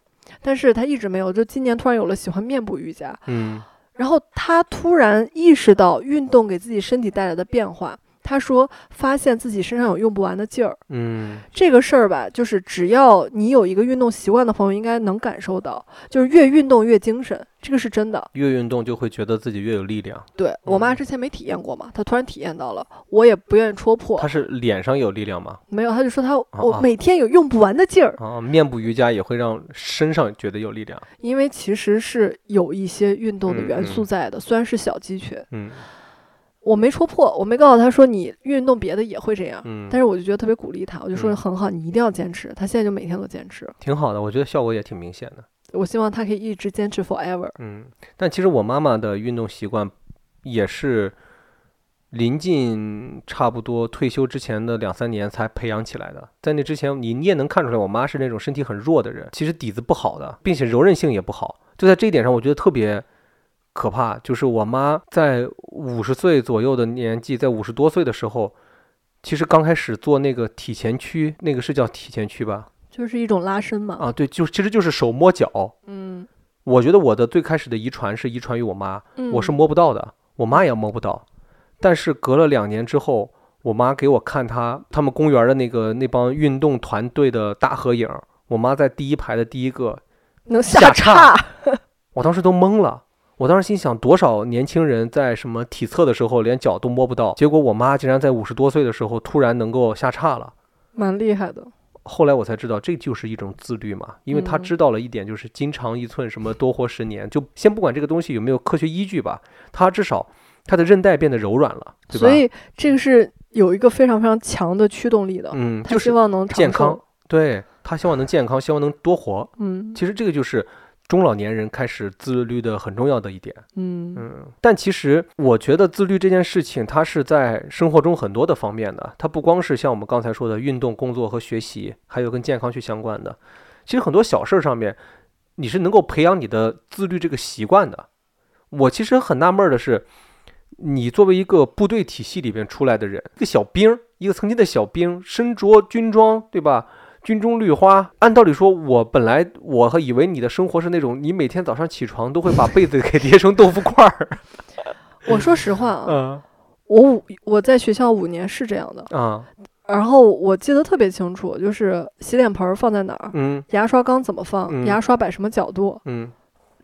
Speaker 2: 但是他一直没有，就今年突然有了喜欢面部瑜伽，
Speaker 1: 嗯，
Speaker 2: 然后他突然意识到运动给自己身体带来的变化。他说，发现自己身上有用不完的劲儿。
Speaker 1: 嗯，
Speaker 2: 这个事儿吧，就是只要你有一个运动习惯的朋友，应该能感受到，就是越运动越精神，这个是真的。
Speaker 1: 越运动就会觉得自己越有力量。
Speaker 2: 对我妈
Speaker 1: 嗯
Speaker 2: 之前没体验过嘛，她突然体验到了，我也不愿意戳破
Speaker 1: 他，是脸上有力量吗？
Speaker 2: 没有，她就说她我
Speaker 1: 啊
Speaker 2: 每天有用不完的劲儿，
Speaker 1: 啊，面部瑜伽也会让身上觉得有力量。
Speaker 2: 因为其实是有一些运动的
Speaker 1: 嗯
Speaker 2: 元
Speaker 1: 嗯
Speaker 2: 素在的，虽然是小肌群，
Speaker 1: 嗯
Speaker 2: 我没戳破，我没告诉她说你运动别的也会这样，
Speaker 1: 嗯，
Speaker 2: 但是我就觉得特别鼓励他，我就说
Speaker 1: 嗯
Speaker 2: 很好，你一定要坚持。他现在就每天都坚持，
Speaker 1: 挺好的，我觉得效果也挺明显的。
Speaker 2: 我希望他可以一直坚持 forever。
Speaker 1: 嗯，但其实我妈妈的运动习惯也是临近差不多退休之前的两三年才培养起来的。在那之前，你你也能看出来，我妈是那种身体很弱的人，其实底子不好的，并且柔韧性也不好。就在这一点上，我觉得特别可怕。就是我妈在五十岁左右的年纪，在五十多岁的时候，其实刚开始做那个体前屈，那个是叫体前屈吧？
Speaker 2: 就是一种拉伸嘛，
Speaker 1: 啊，对，就其实就是手摸脚。
Speaker 2: 嗯，
Speaker 1: 我觉得我的最开始的遗传是遗传于我妈，
Speaker 2: 嗯
Speaker 1: 我是摸不到的，我妈也摸不到。但是隔了两年之后，我妈给我看她他们公园的那个那帮运动团队的大合影，我妈在第一排的第一个，
Speaker 2: 能
Speaker 1: 下
Speaker 2: 叉，
Speaker 1: 我当时都懵了。我当时心想，多少年轻人在什么体测的时候连脚都摸不到，结果我妈竟然在五十多岁的时候突然能够下叉了。
Speaker 2: 蛮厉害的。
Speaker 1: 后来我才知道，这就是一种自律嘛，因为他
Speaker 2: 嗯
Speaker 1: 知道了一点，就是“筋长一寸，什么多活十年”，就先不管这个东西有没有科学依据吧，他至少他的韧带变得柔软了，对吧？
Speaker 2: 所以这个是有一个非常非常强的驱动力的，
Speaker 1: 嗯，
Speaker 2: 他
Speaker 1: 就
Speaker 2: 希
Speaker 1: 是
Speaker 2: 望能长
Speaker 1: 健
Speaker 2: 寿
Speaker 1: 康，对他希望能健康，希望能多活。
Speaker 2: 嗯
Speaker 1: 其实这个就是中老年人开始自律的很重要的一点。
Speaker 2: 嗯
Speaker 1: 嗯，但其实我觉得自律这件事情，它是在生活中很多的方面的，它不光是像我们刚才说的运动、工作和学习，还有跟健康去相关的。其实很多小事儿上面，你是能够培养你的自律这个习惯的。我其实很纳闷儿的是，你作为一个部队体系里边出来的人，一个小兵儿，一个曾经的小兵，身着军装，对吧？军中绿花，按道理说，我本来我还以为你的生活是那种，你每天早上起床都会把被子给叠成豆腐块儿，
Speaker 2: 我说实话啊，
Speaker 1: [laughs] 嗯
Speaker 2: 我五我在学校五年是这样的，
Speaker 1: 啊
Speaker 2: 然后我记得特别清楚，就是洗脸盆儿放在哪儿，
Speaker 1: 嗯
Speaker 2: 牙刷缸怎么放，
Speaker 1: 嗯
Speaker 2: 牙刷摆什么角度，
Speaker 1: 嗯，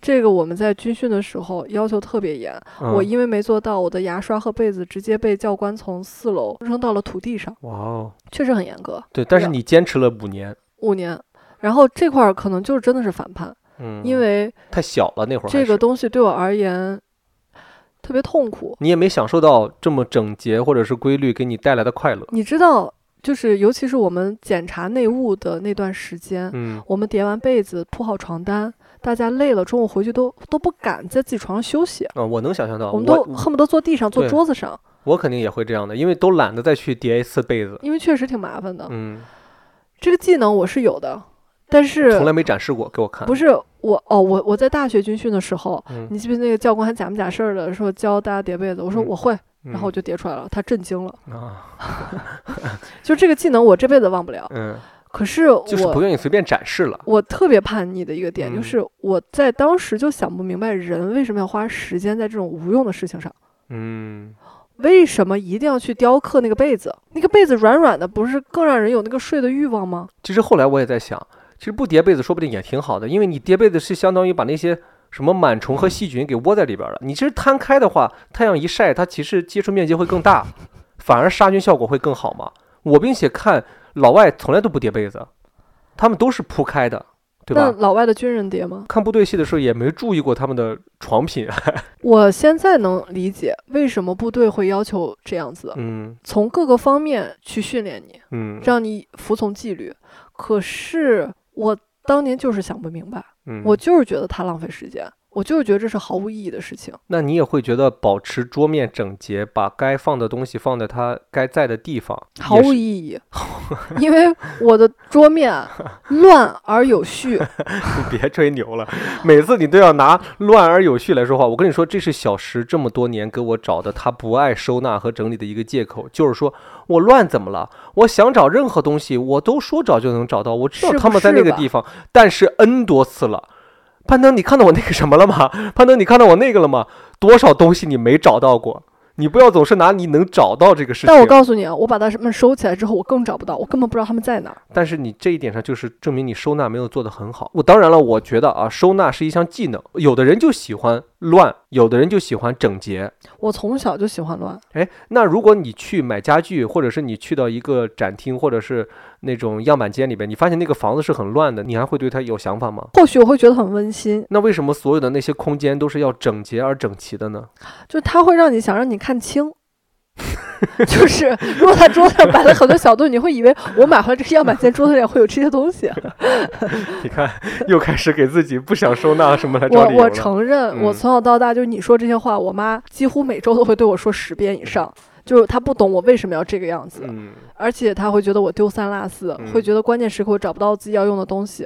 Speaker 2: 这个我们在军训的时候要求特别严。我
Speaker 1: 嗯
Speaker 2: 因为没做到，我的牙刷和被子直接被教官从四楼扔到了土地上，
Speaker 1: 哇哦，
Speaker 2: 确实很严格，
Speaker 1: 对，但是
Speaker 2: 对
Speaker 1: 你坚持了五年，
Speaker 2: 五年。然后这块儿可能就是真的是反叛，
Speaker 1: 嗯，
Speaker 2: 因为
Speaker 1: 太小了那会儿还是，
Speaker 2: 这个东西对我而言特别痛苦。
Speaker 1: 你也没享受到这么整洁或者是规律给你带来的快乐，
Speaker 2: 你知道，就是尤其是我们检查内务的那段时间，
Speaker 1: 嗯
Speaker 2: 我们叠完被子，铺好床单，大家累了，中午回去都都不敢在自己床上休息，
Speaker 1: 啊，我能想象到，
Speaker 2: 我们都
Speaker 1: 我
Speaker 2: 恨不得坐地上、坐
Speaker 1: 对
Speaker 2: 桌子上，
Speaker 1: 我肯定也会这样的，因为都懒得再去叠一次被子，
Speaker 2: 因为确实挺麻烦的。
Speaker 1: 嗯，
Speaker 2: 这个技能我是有的，但是
Speaker 1: 从来没展示过给我看，
Speaker 2: 不是我哦，我我在大学军训的时候，
Speaker 1: 嗯，
Speaker 2: 你记不记得那个教官还假模假式儿的说教大家叠被子，我说
Speaker 1: 嗯
Speaker 2: 我会，
Speaker 1: 嗯，
Speaker 2: 然后我就叠出来了，他震惊了，
Speaker 1: 啊，
Speaker 2: 就这个技能我这辈子忘不了。
Speaker 1: 嗯，
Speaker 2: 可是我、
Speaker 1: 就是不愿意随便展示了，
Speaker 2: 我特别叛逆的一个点、
Speaker 1: 嗯
Speaker 2: 就是我在当时就想不明白人为什么要花时间在这种无用的事情上。
Speaker 1: 嗯
Speaker 2: 为什么一定要去雕刻那个被子？那个被子软软的，不是更让人有那个睡的欲望吗？
Speaker 1: 其实后来我也在想，其实不叠被子说不定也挺好的，因为你叠被子是相当于把那些什么螨虫和细菌给窝在里边了。你其实摊开的话，太阳一晒，它其实接触面积会更大，反而杀菌效果会更好嘛。我并且看老外从来都不叠被子，他们都是铺开的，对
Speaker 2: 那
Speaker 1: 吧？
Speaker 2: 老外的军人叠吗？
Speaker 1: 看部队戏的时候也没注意过他们的床品，
Speaker 2: 呃我现在能理解为什么部队会要求这样子的，
Speaker 1: [laughs] 嗯
Speaker 2: 从各个方面去训练你，
Speaker 1: 嗯
Speaker 2: 让你服从纪律。可是我当年就是想不明白，
Speaker 1: 嗯，
Speaker 2: 我就是觉得它浪费时间，我就是觉得这是毫无意义的事情。
Speaker 1: 那你也会觉得保持桌面整洁，把该放的东西放在它该在的地方，也
Speaker 2: 毫无
Speaker 1: 是
Speaker 2: 意
Speaker 1: [laughs]
Speaker 2: 义，因为我的桌面乱而
Speaker 1: [laughs]
Speaker 2: 有序，
Speaker 1: 别吹牛了，每次你都要拿乱而有序来说话。我跟你说，这是小石这么多年给我找的他不爱收纳和整理的一个借口，就是说我乱怎么了？我想找任何东西，我都说找就能找到，我知道
Speaker 2: 是不
Speaker 1: 他们在那
Speaker 2: 是
Speaker 1: 个
Speaker 2: 吧
Speaker 1: 地方，但是 n 多次了。攀登，你看到我那个什么了吗？攀登，你看到我那个了吗？多少东西你没找到过？你不要总是拿你能找到这个事情。
Speaker 2: 但我告诉你啊，我把它们收起来之后，我更找不到，我根本不知道它们在哪儿。
Speaker 1: 但是你这一点上就是证明你收纳没有做得很好。我当然了，我觉得啊，收纳是一项技能，有的人就喜欢乱，有的人就喜欢整洁。
Speaker 2: 我从小就喜欢乱，
Speaker 1: 哎，那如果你去买家具，或者是你去到一个展厅，或者是那种样板间里边，你发现那个房子是很乱的，你还会对它有想法吗？
Speaker 2: 或许我会觉得很温馨，
Speaker 1: 那为什么所有的那些空间都是要整洁而整齐的呢？
Speaker 2: 就是它会让你想让你看清。 [laughs] 就是如果他桌子上摆了很多小东西，你会以为我买回来这个样板间桌子上会有这些
Speaker 1: [laughs]
Speaker 2: 东西。
Speaker 1: 你看，又开始给自己不想收纳什么来找
Speaker 2: 我
Speaker 1: 理由
Speaker 2: 我
Speaker 1: 了。
Speaker 2: 承认，我
Speaker 1: 嗯
Speaker 2: 从小到大就是你说这些话，我妈几乎每周都会对我说十遍以上，就是她不懂我为什么要这个样子。
Speaker 1: 嗯
Speaker 2: 而且他会觉得我丢三落四，会
Speaker 1: 嗯
Speaker 2: 觉得关键时刻我找不到自己要用的东西。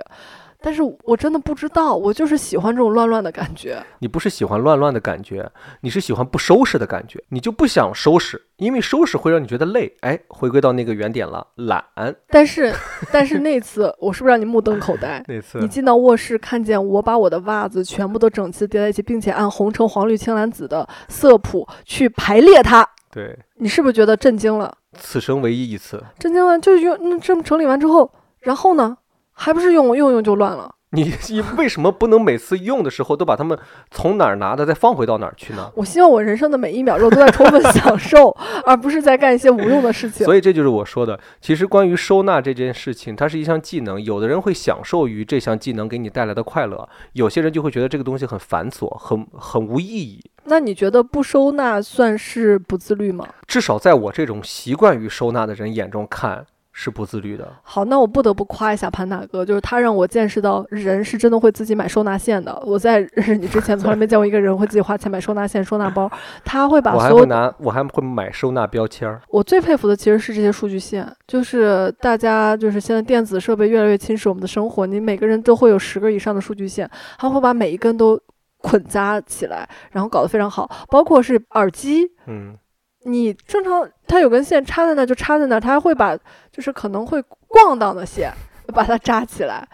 Speaker 2: 但是我真的不知道，我就是喜欢这种乱乱的感觉。
Speaker 1: 你不是喜欢乱乱的感觉，你是喜欢不收拾的感觉，你就不想收拾，因为收拾会让你觉得累。哎，回归到那个原点了，懒？
Speaker 2: 但是， [laughs] 但是那次我是不是让你目瞪口呆
Speaker 1: 那次
Speaker 2: 你进到卧室，看见我把我的袜子全部都整齐地叠在一起，并且按红橙黄绿青蓝紫的色谱去排列它，
Speaker 1: 对，
Speaker 2: 你是不是觉得震惊了？
Speaker 1: 此生唯一一次， [laughs]
Speaker 2: 震惊完就用那这么整理完之后，然后呢，还不是用用用就乱了？
Speaker 1: 你你为什么不能每次用的时候都把它们从哪儿拿的再放回到哪儿去呢？
Speaker 2: 我希望我人生的每一秒钟都在充分 [laughs] 享受，而不是在干一些无用的事情。
Speaker 1: 所以这就是我说的，其实关于收纳这件事情，它是一项技能，有的人会享受于这项技能给你带来的快乐，有些人就会觉得这个东西很繁琐，很很无意义。
Speaker 2: 那你觉得不收纳算是不自律吗？
Speaker 1: 至少在我这种习惯于收纳的人眼中看是不自律的。
Speaker 2: 好，那我不得不夸一下潘大哥，就是他让我见识到人是真的会自己买收纳线的。我在认识你之前，从来没见过一个人会自己花钱买收纳线、收纳包。他会把
Speaker 1: 我还
Speaker 2: 所有
Speaker 1: 会
Speaker 2: 的
Speaker 1: 拿，我还会买收纳标签儿。
Speaker 2: 我最佩服的其实是这些数据线，就是大家就是现在电子设备越来越侵蚀我们的生活，你每个人都会有十个以上的数据线，他会把每一根都捆扎起来，然后搞得非常好，包括是耳机。
Speaker 1: 嗯，
Speaker 2: 你正常，它有根线插在那儿就插在那儿，它还会把就是可能会逛荡的线把它扎起来。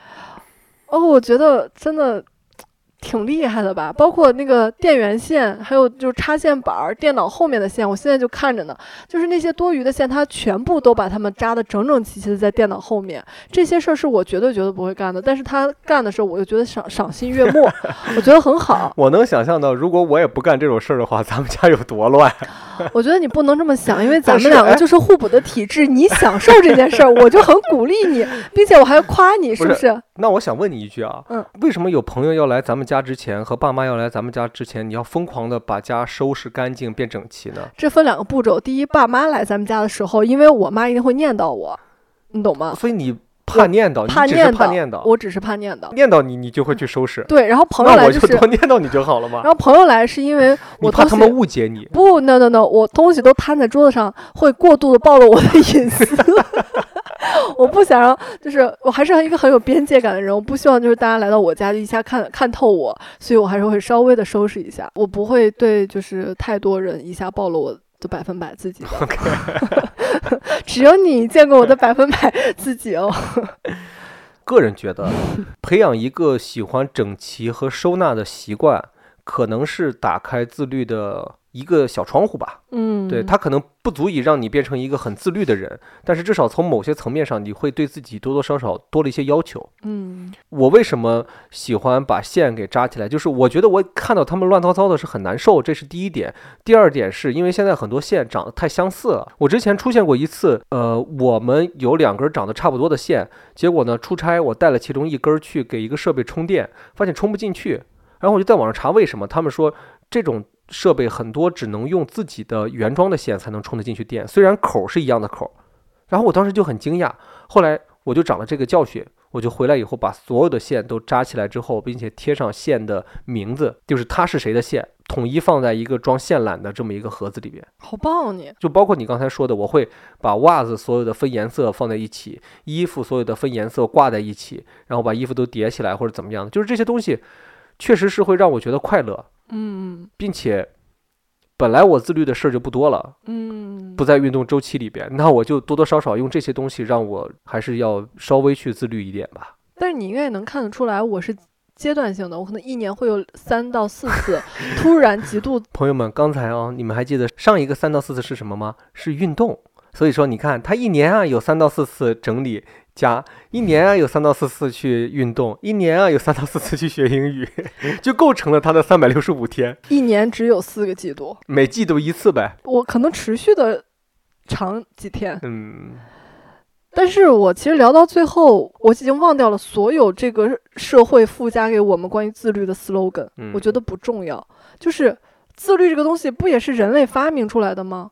Speaker 2: 哦，我觉得真的挺厉害的吧？包括那个电源线，还有就是插线板儿、电脑后面的线，我现在就看着呢，就是那些多余的线，它全部都把它们扎得整整齐齐的在电脑后面。这些事儿是我绝对绝对不会干的，但是他干的时候，我就觉得赏赏心悦目，我觉得很好。
Speaker 1: 我能想象到，如果我也不干这种事儿的话， [laughs] 咱们家有多乱。
Speaker 2: 我觉得你不能这么想，因为咱
Speaker 1: 但是
Speaker 2: 们两个
Speaker 1: 哎
Speaker 2: 就是互补的体质。你享受这件事儿，我就很鼓励你，并且我还夸你，是
Speaker 1: 不
Speaker 2: 不
Speaker 1: 是
Speaker 2: 是？
Speaker 1: 那我想问你一句啊，
Speaker 2: 嗯，
Speaker 1: 为什么有朋友要来咱们家之前和爸妈要来咱们家之前，你要疯狂的把家收拾干净变整齐呢？
Speaker 2: 这分两个步骤。第一，爸妈来咱们家的时候，因为我妈一定会念叨我，你懂吗？
Speaker 1: 所以你怕念叨，
Speaker 2: 呃怕
Speaker 1: 哦你只是
Speaker 2: 念
Speaker 1: 怕
Speaker 2: 叨，
Speaker 1: 念叨，
Speaker 2: 我只是怕念叨。
Speaker 1: 念叨你，你就会去收拾。
Speaker 2: 对，然后朋友
Speaker 1: 那
Speaker 2: 来
Speaker 1: 我
Speaker 2: 就，
Speaker 1: 就是多 [laughs] 念叨你就好了嘛
Speaker 2: 然。后朋友来是因为
Speaker 1: 你
Speaker 2: 我
Speaker 1: 怕
Speaker 2: 东
Speaker 1: 他
Speaker 2: 西
Speaker 1: 们误解你，
Speaker 2: 不，no no no，我东西都摊在桌子上，会过度的暴露我的隐私。 [laughs] 我不想让，就是我还是一个很有边界感的人，我不希望就是大家来到我家就一下看看透我，所以我还是会稍微的收拾一下，我不会对就是太多人一下暴露我的百分百自己的。 [laughs] 只有你见过我的百分百自己哦。 [laughs]
Speaker 1: 个人觉得，培养一个喜欢整齐和收纳的习惯，可能是打开自律的一个小窗户吧。
Speaker 2: 嗯，
Speaker 1: 对，它可能不足以让你变成一个很自律的人，但是至少从某些层面上，你会对自己多多少少多了一些要求。
Speaker 2: 嗯，
Speaker 1: 我为什么喜欢把线给扎起来？就是我觉得我看到他们乱糟糟的是很难受，这是第一点。第二点是因为现在很多线长得太相似了。我之前出现过一次，呃，我们有两根长得差不多的线，结果呢出差我带了其中一根去给一个设备充电，发现充不进去，然后我就在网上查为什么，他们说这种。设备很多只能用自己的原装的线才能充得进去电，虽然口儿是一样的口儿，然后我当时就很惊讶，后来我就长了这个教训，我就回来以后把所有的线都扎起来之后，并且贴上线的名字，就是它是谁的线，统一放在一个装线缆的这么一个盒子里边。
Speaker 2: 好棒、哦、你。
Speaker 1: 就包括你刚才说的，我会把袜子所有的分颜色放在一起，衣服所有的分颜色挂在一起，然后把衣服都叠起来或者怎么样的，就是这些东西确实是会让我觉得快乐，
Speaker 2: 嗯
Speaker 1: 并且本来我自律的事儿就不多了，
Speaker 2: 嗯，
Speaker 1: 不在运动周期里边，那我就多多少少用这些东西让我还是要稍微去自律一点吧。
Speaker 2: 但是你应该也能看得出来，我是阶段性的，我可能一年会有三到四次突然极度
Speaker 1: 朋友们，刚才啊、你们还记得上一个三到四次是什么吗？是运动。所以说，你看他一年啊有三到四次整理家，一年啊有三到四次去运动，一年啊有三到四次去学英语， [laughs] 就构成了他的三百六十五天，
Speaker 2: 一年只有四个季度，
Speaker 1: 每季度一次呗。
Speaker 2: 我可能持续的长几天。
Speaker 1: 嗯，
Speaker 2: 但是我其实聊到最后，我已经忘掉了所有这个社会附加给我们关于自律的 slogan，、
Speaker 1: 嗯
Speaker 2: 我觉得不重要。就是自律这个东西，不也是人类发明出来的吗？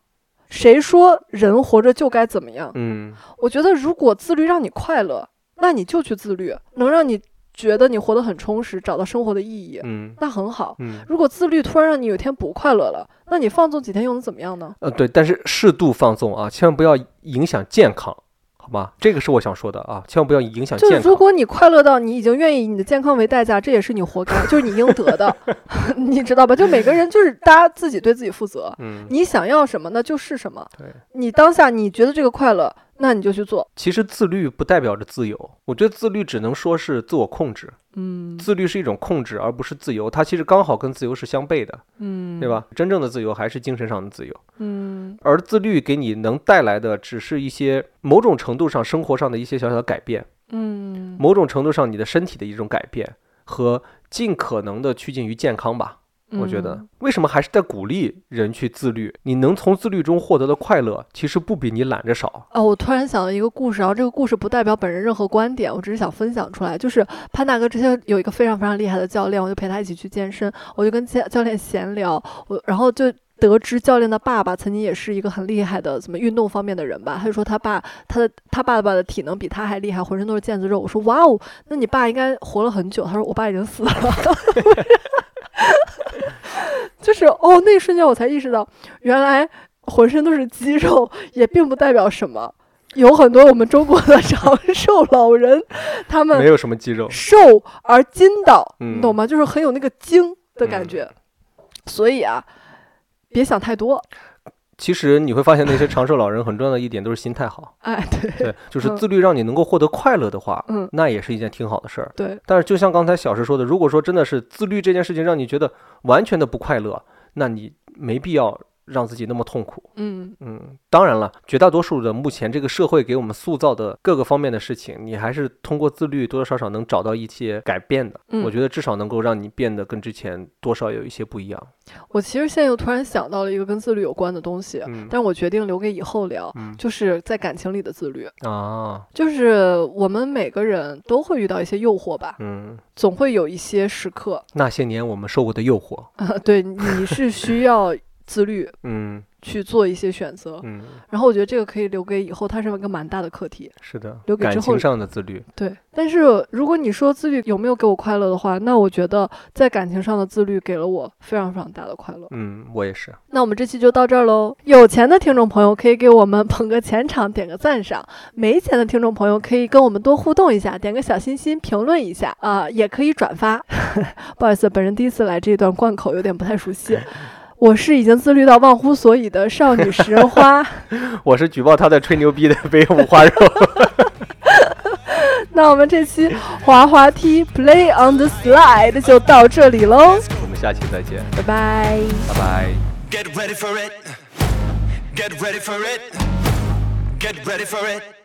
Speaker 2: 谁说人活着就该怎么样？
Speaker 1: 嗯，
Speaker 2: 我觉得如果自律让你快乐，那你就去自律，能让你觉得你活得很充实，找到生活的意义，
Speaker 1: 嗯，
Speaker 2: 那很好。
Speaker 1: 嗯，
Speaker 2: 如果自律突然让你有一天不快乐了，那你放纵几天又能怎么样呢？
Speaker 1: 呃，对，但是适度放纵啊，千万不要影响健康，好吗？这个是我想说的啊，千万不要影响
Speaker 2: 就
Speaker 1: 健
Speaker 2: 是
Speaker 1: 康。
Speaker 2: 如果你快乐到你已经愿意以你的健康为代价，这也是你活该，就是你应
Speaker 1: [laughs]
Speaker 2: 得的， [laughs] 你知道吧？就每个人就是大家自己对自己负责，
Speaker 1: 嗯，
Speaker 2: 你想要什么那就是什么。
Speaker 1: 对，
Speaker 2: 你当下你觉得这个快乐，那你就去做。
Speaker 1: 其实自律不代表着自由，我觉得自律只能说是自我控制。
Speaker 2: 嗯
Speaker 1: 自律是一种控制，而不是自由。它其实刚好跟自由是相悖的，
Speaker 2: 嗯
Speaker 1: 对？吧？真正的自由还是精神上的自由，
Speaker 2: 嗯
Speaker 1: 而自律给你能带来的只是一些某种程度上生活上的一些小小的改变，
Speaker 2: 嗯
Speaker 1: 某种程度上你的身体的一种改变和尽可能的趋近于健康吧。我觉得
Speaker 2: 嗯
Speaker 1: 为什么还是在鼓励人去自律？你能从自律中获得的快乐，其实不比你懒着少。
Speaker 2: 哦，我突然想到一个故事，然后这个故事不代表本人任何观点，我只是想分享出来。就是潘大哥之前有一个非常非常厉害的教练，我就陪他一起去健身，我就跟教教练闲聊，我然后就。得知教练的爸爸曾经也是一个很厉害的，怎么运动方面的人吧？他就说他爸，他的他爸爸的体能比他还厉害，浑身都是腱子肉。我说哇哦，那你爸应该活了很久。他说我爸已经死了。 [laughs] 就是哦，那一瞬间我才意识到，原来浑身都是肌肉也并不代表什么。有很多我们中国的长寿老人，他
Speaker 1: 没
Speaker 2: 们
Speaker 1: 有什么肌肉，
Speaker 2: 瘦而筋道，
Speaker 1: 嗯
Speaker 2: 你懂吗？就是很有那个精的感觉。所以啊，别想太多。
Speaker 1: 其实你会发现那些长寿老人很重要的一点都是心态好。
Speaker 2: 哎，对
Speaker 1: 对，就是
Speaker 2: 嗯
Speaker 1: 自律让你能够获得快乐的话，
Speaker 2: 嗯
Speaker 1: 那也是一件挺好的事儿。
Speaker 2: 对，
Speaker 1: 但是就像刚才小石说的，如果说真的是自律这件事情让你觉得完全的不快乐，那你没必要让自己那么痛苦。
Speaker 2: 嗯
Speaker 1: 嗯，当然了，绝大多数的目前这个社会给我们塑造的各个方面的事情，你还是通过自律多多少少能找到一些改变的。
Speaker 2: 嗯
Speaker 1: 我觉得至少能够让你变得跟之前多少有一些不一样。
Speaker 2: 我其实现在又突然想到了一个跟自律有关的东西，
Speaker 1: 嗯
Speaker 2: 但我决定留给以后聊，
Speaker 1: 嗯
Speaker 2: 就是在感情里的自律。
Speaker 1: 啊，
Speaker 2: 就是我们每个人都会遇到一些诱惑吧，
Speaker 1: 嗯，
Speaker 2: 总会有一些时刻， [laughs]
Speaker 1: 那些年我们受过的诱惑，
Speaker 2: 啊，对，你是需要自律
Speaker 1: 嗯
Speaker 2: 去做一些选择。
Speaker 1: [laughs] 嗯，
Speaker 2: 然后我觉得这个可以留给以后，它是一个蛮大的课题。
Speaker 1: 是的
Speaker 2: 留，给之
Speaker 1: 感
Speaker 2: 后
Speaker 1: 情上的自律，
Speaker 2: 对，但是如果你说自律有没有给我快乐的话，那我觉得在感情上的自律给了我非常非常大的快乐。
Speaker 1: 嗯，我也是。
Speaker 2: 那我们这期就到这儿喽。有钱的听众朋友可以给我们捧个钱场，点个赞赏；没钱的听众朋友可以跟我们多互动一下，点个小心心，评论一下啊、也可以转发。 [laughs] 不好意思，本人第一次来这段贯口，有点不太熟悉。我是已经自律到忘乎所以的少女食人花。
Speaker 1: 我是举报他在吹牛逼的 [laughs] 北五花肉。
Speaker 2: 那我们这期滑滑梯 Play on the Slide 就到这里喽，
Speaker 1: 我们下期再见，
Speaker 2: 拜拜。
Speaker 1: 拜拜。
Speaker 5: Get ready for it. Get ready for it. Get ready for it.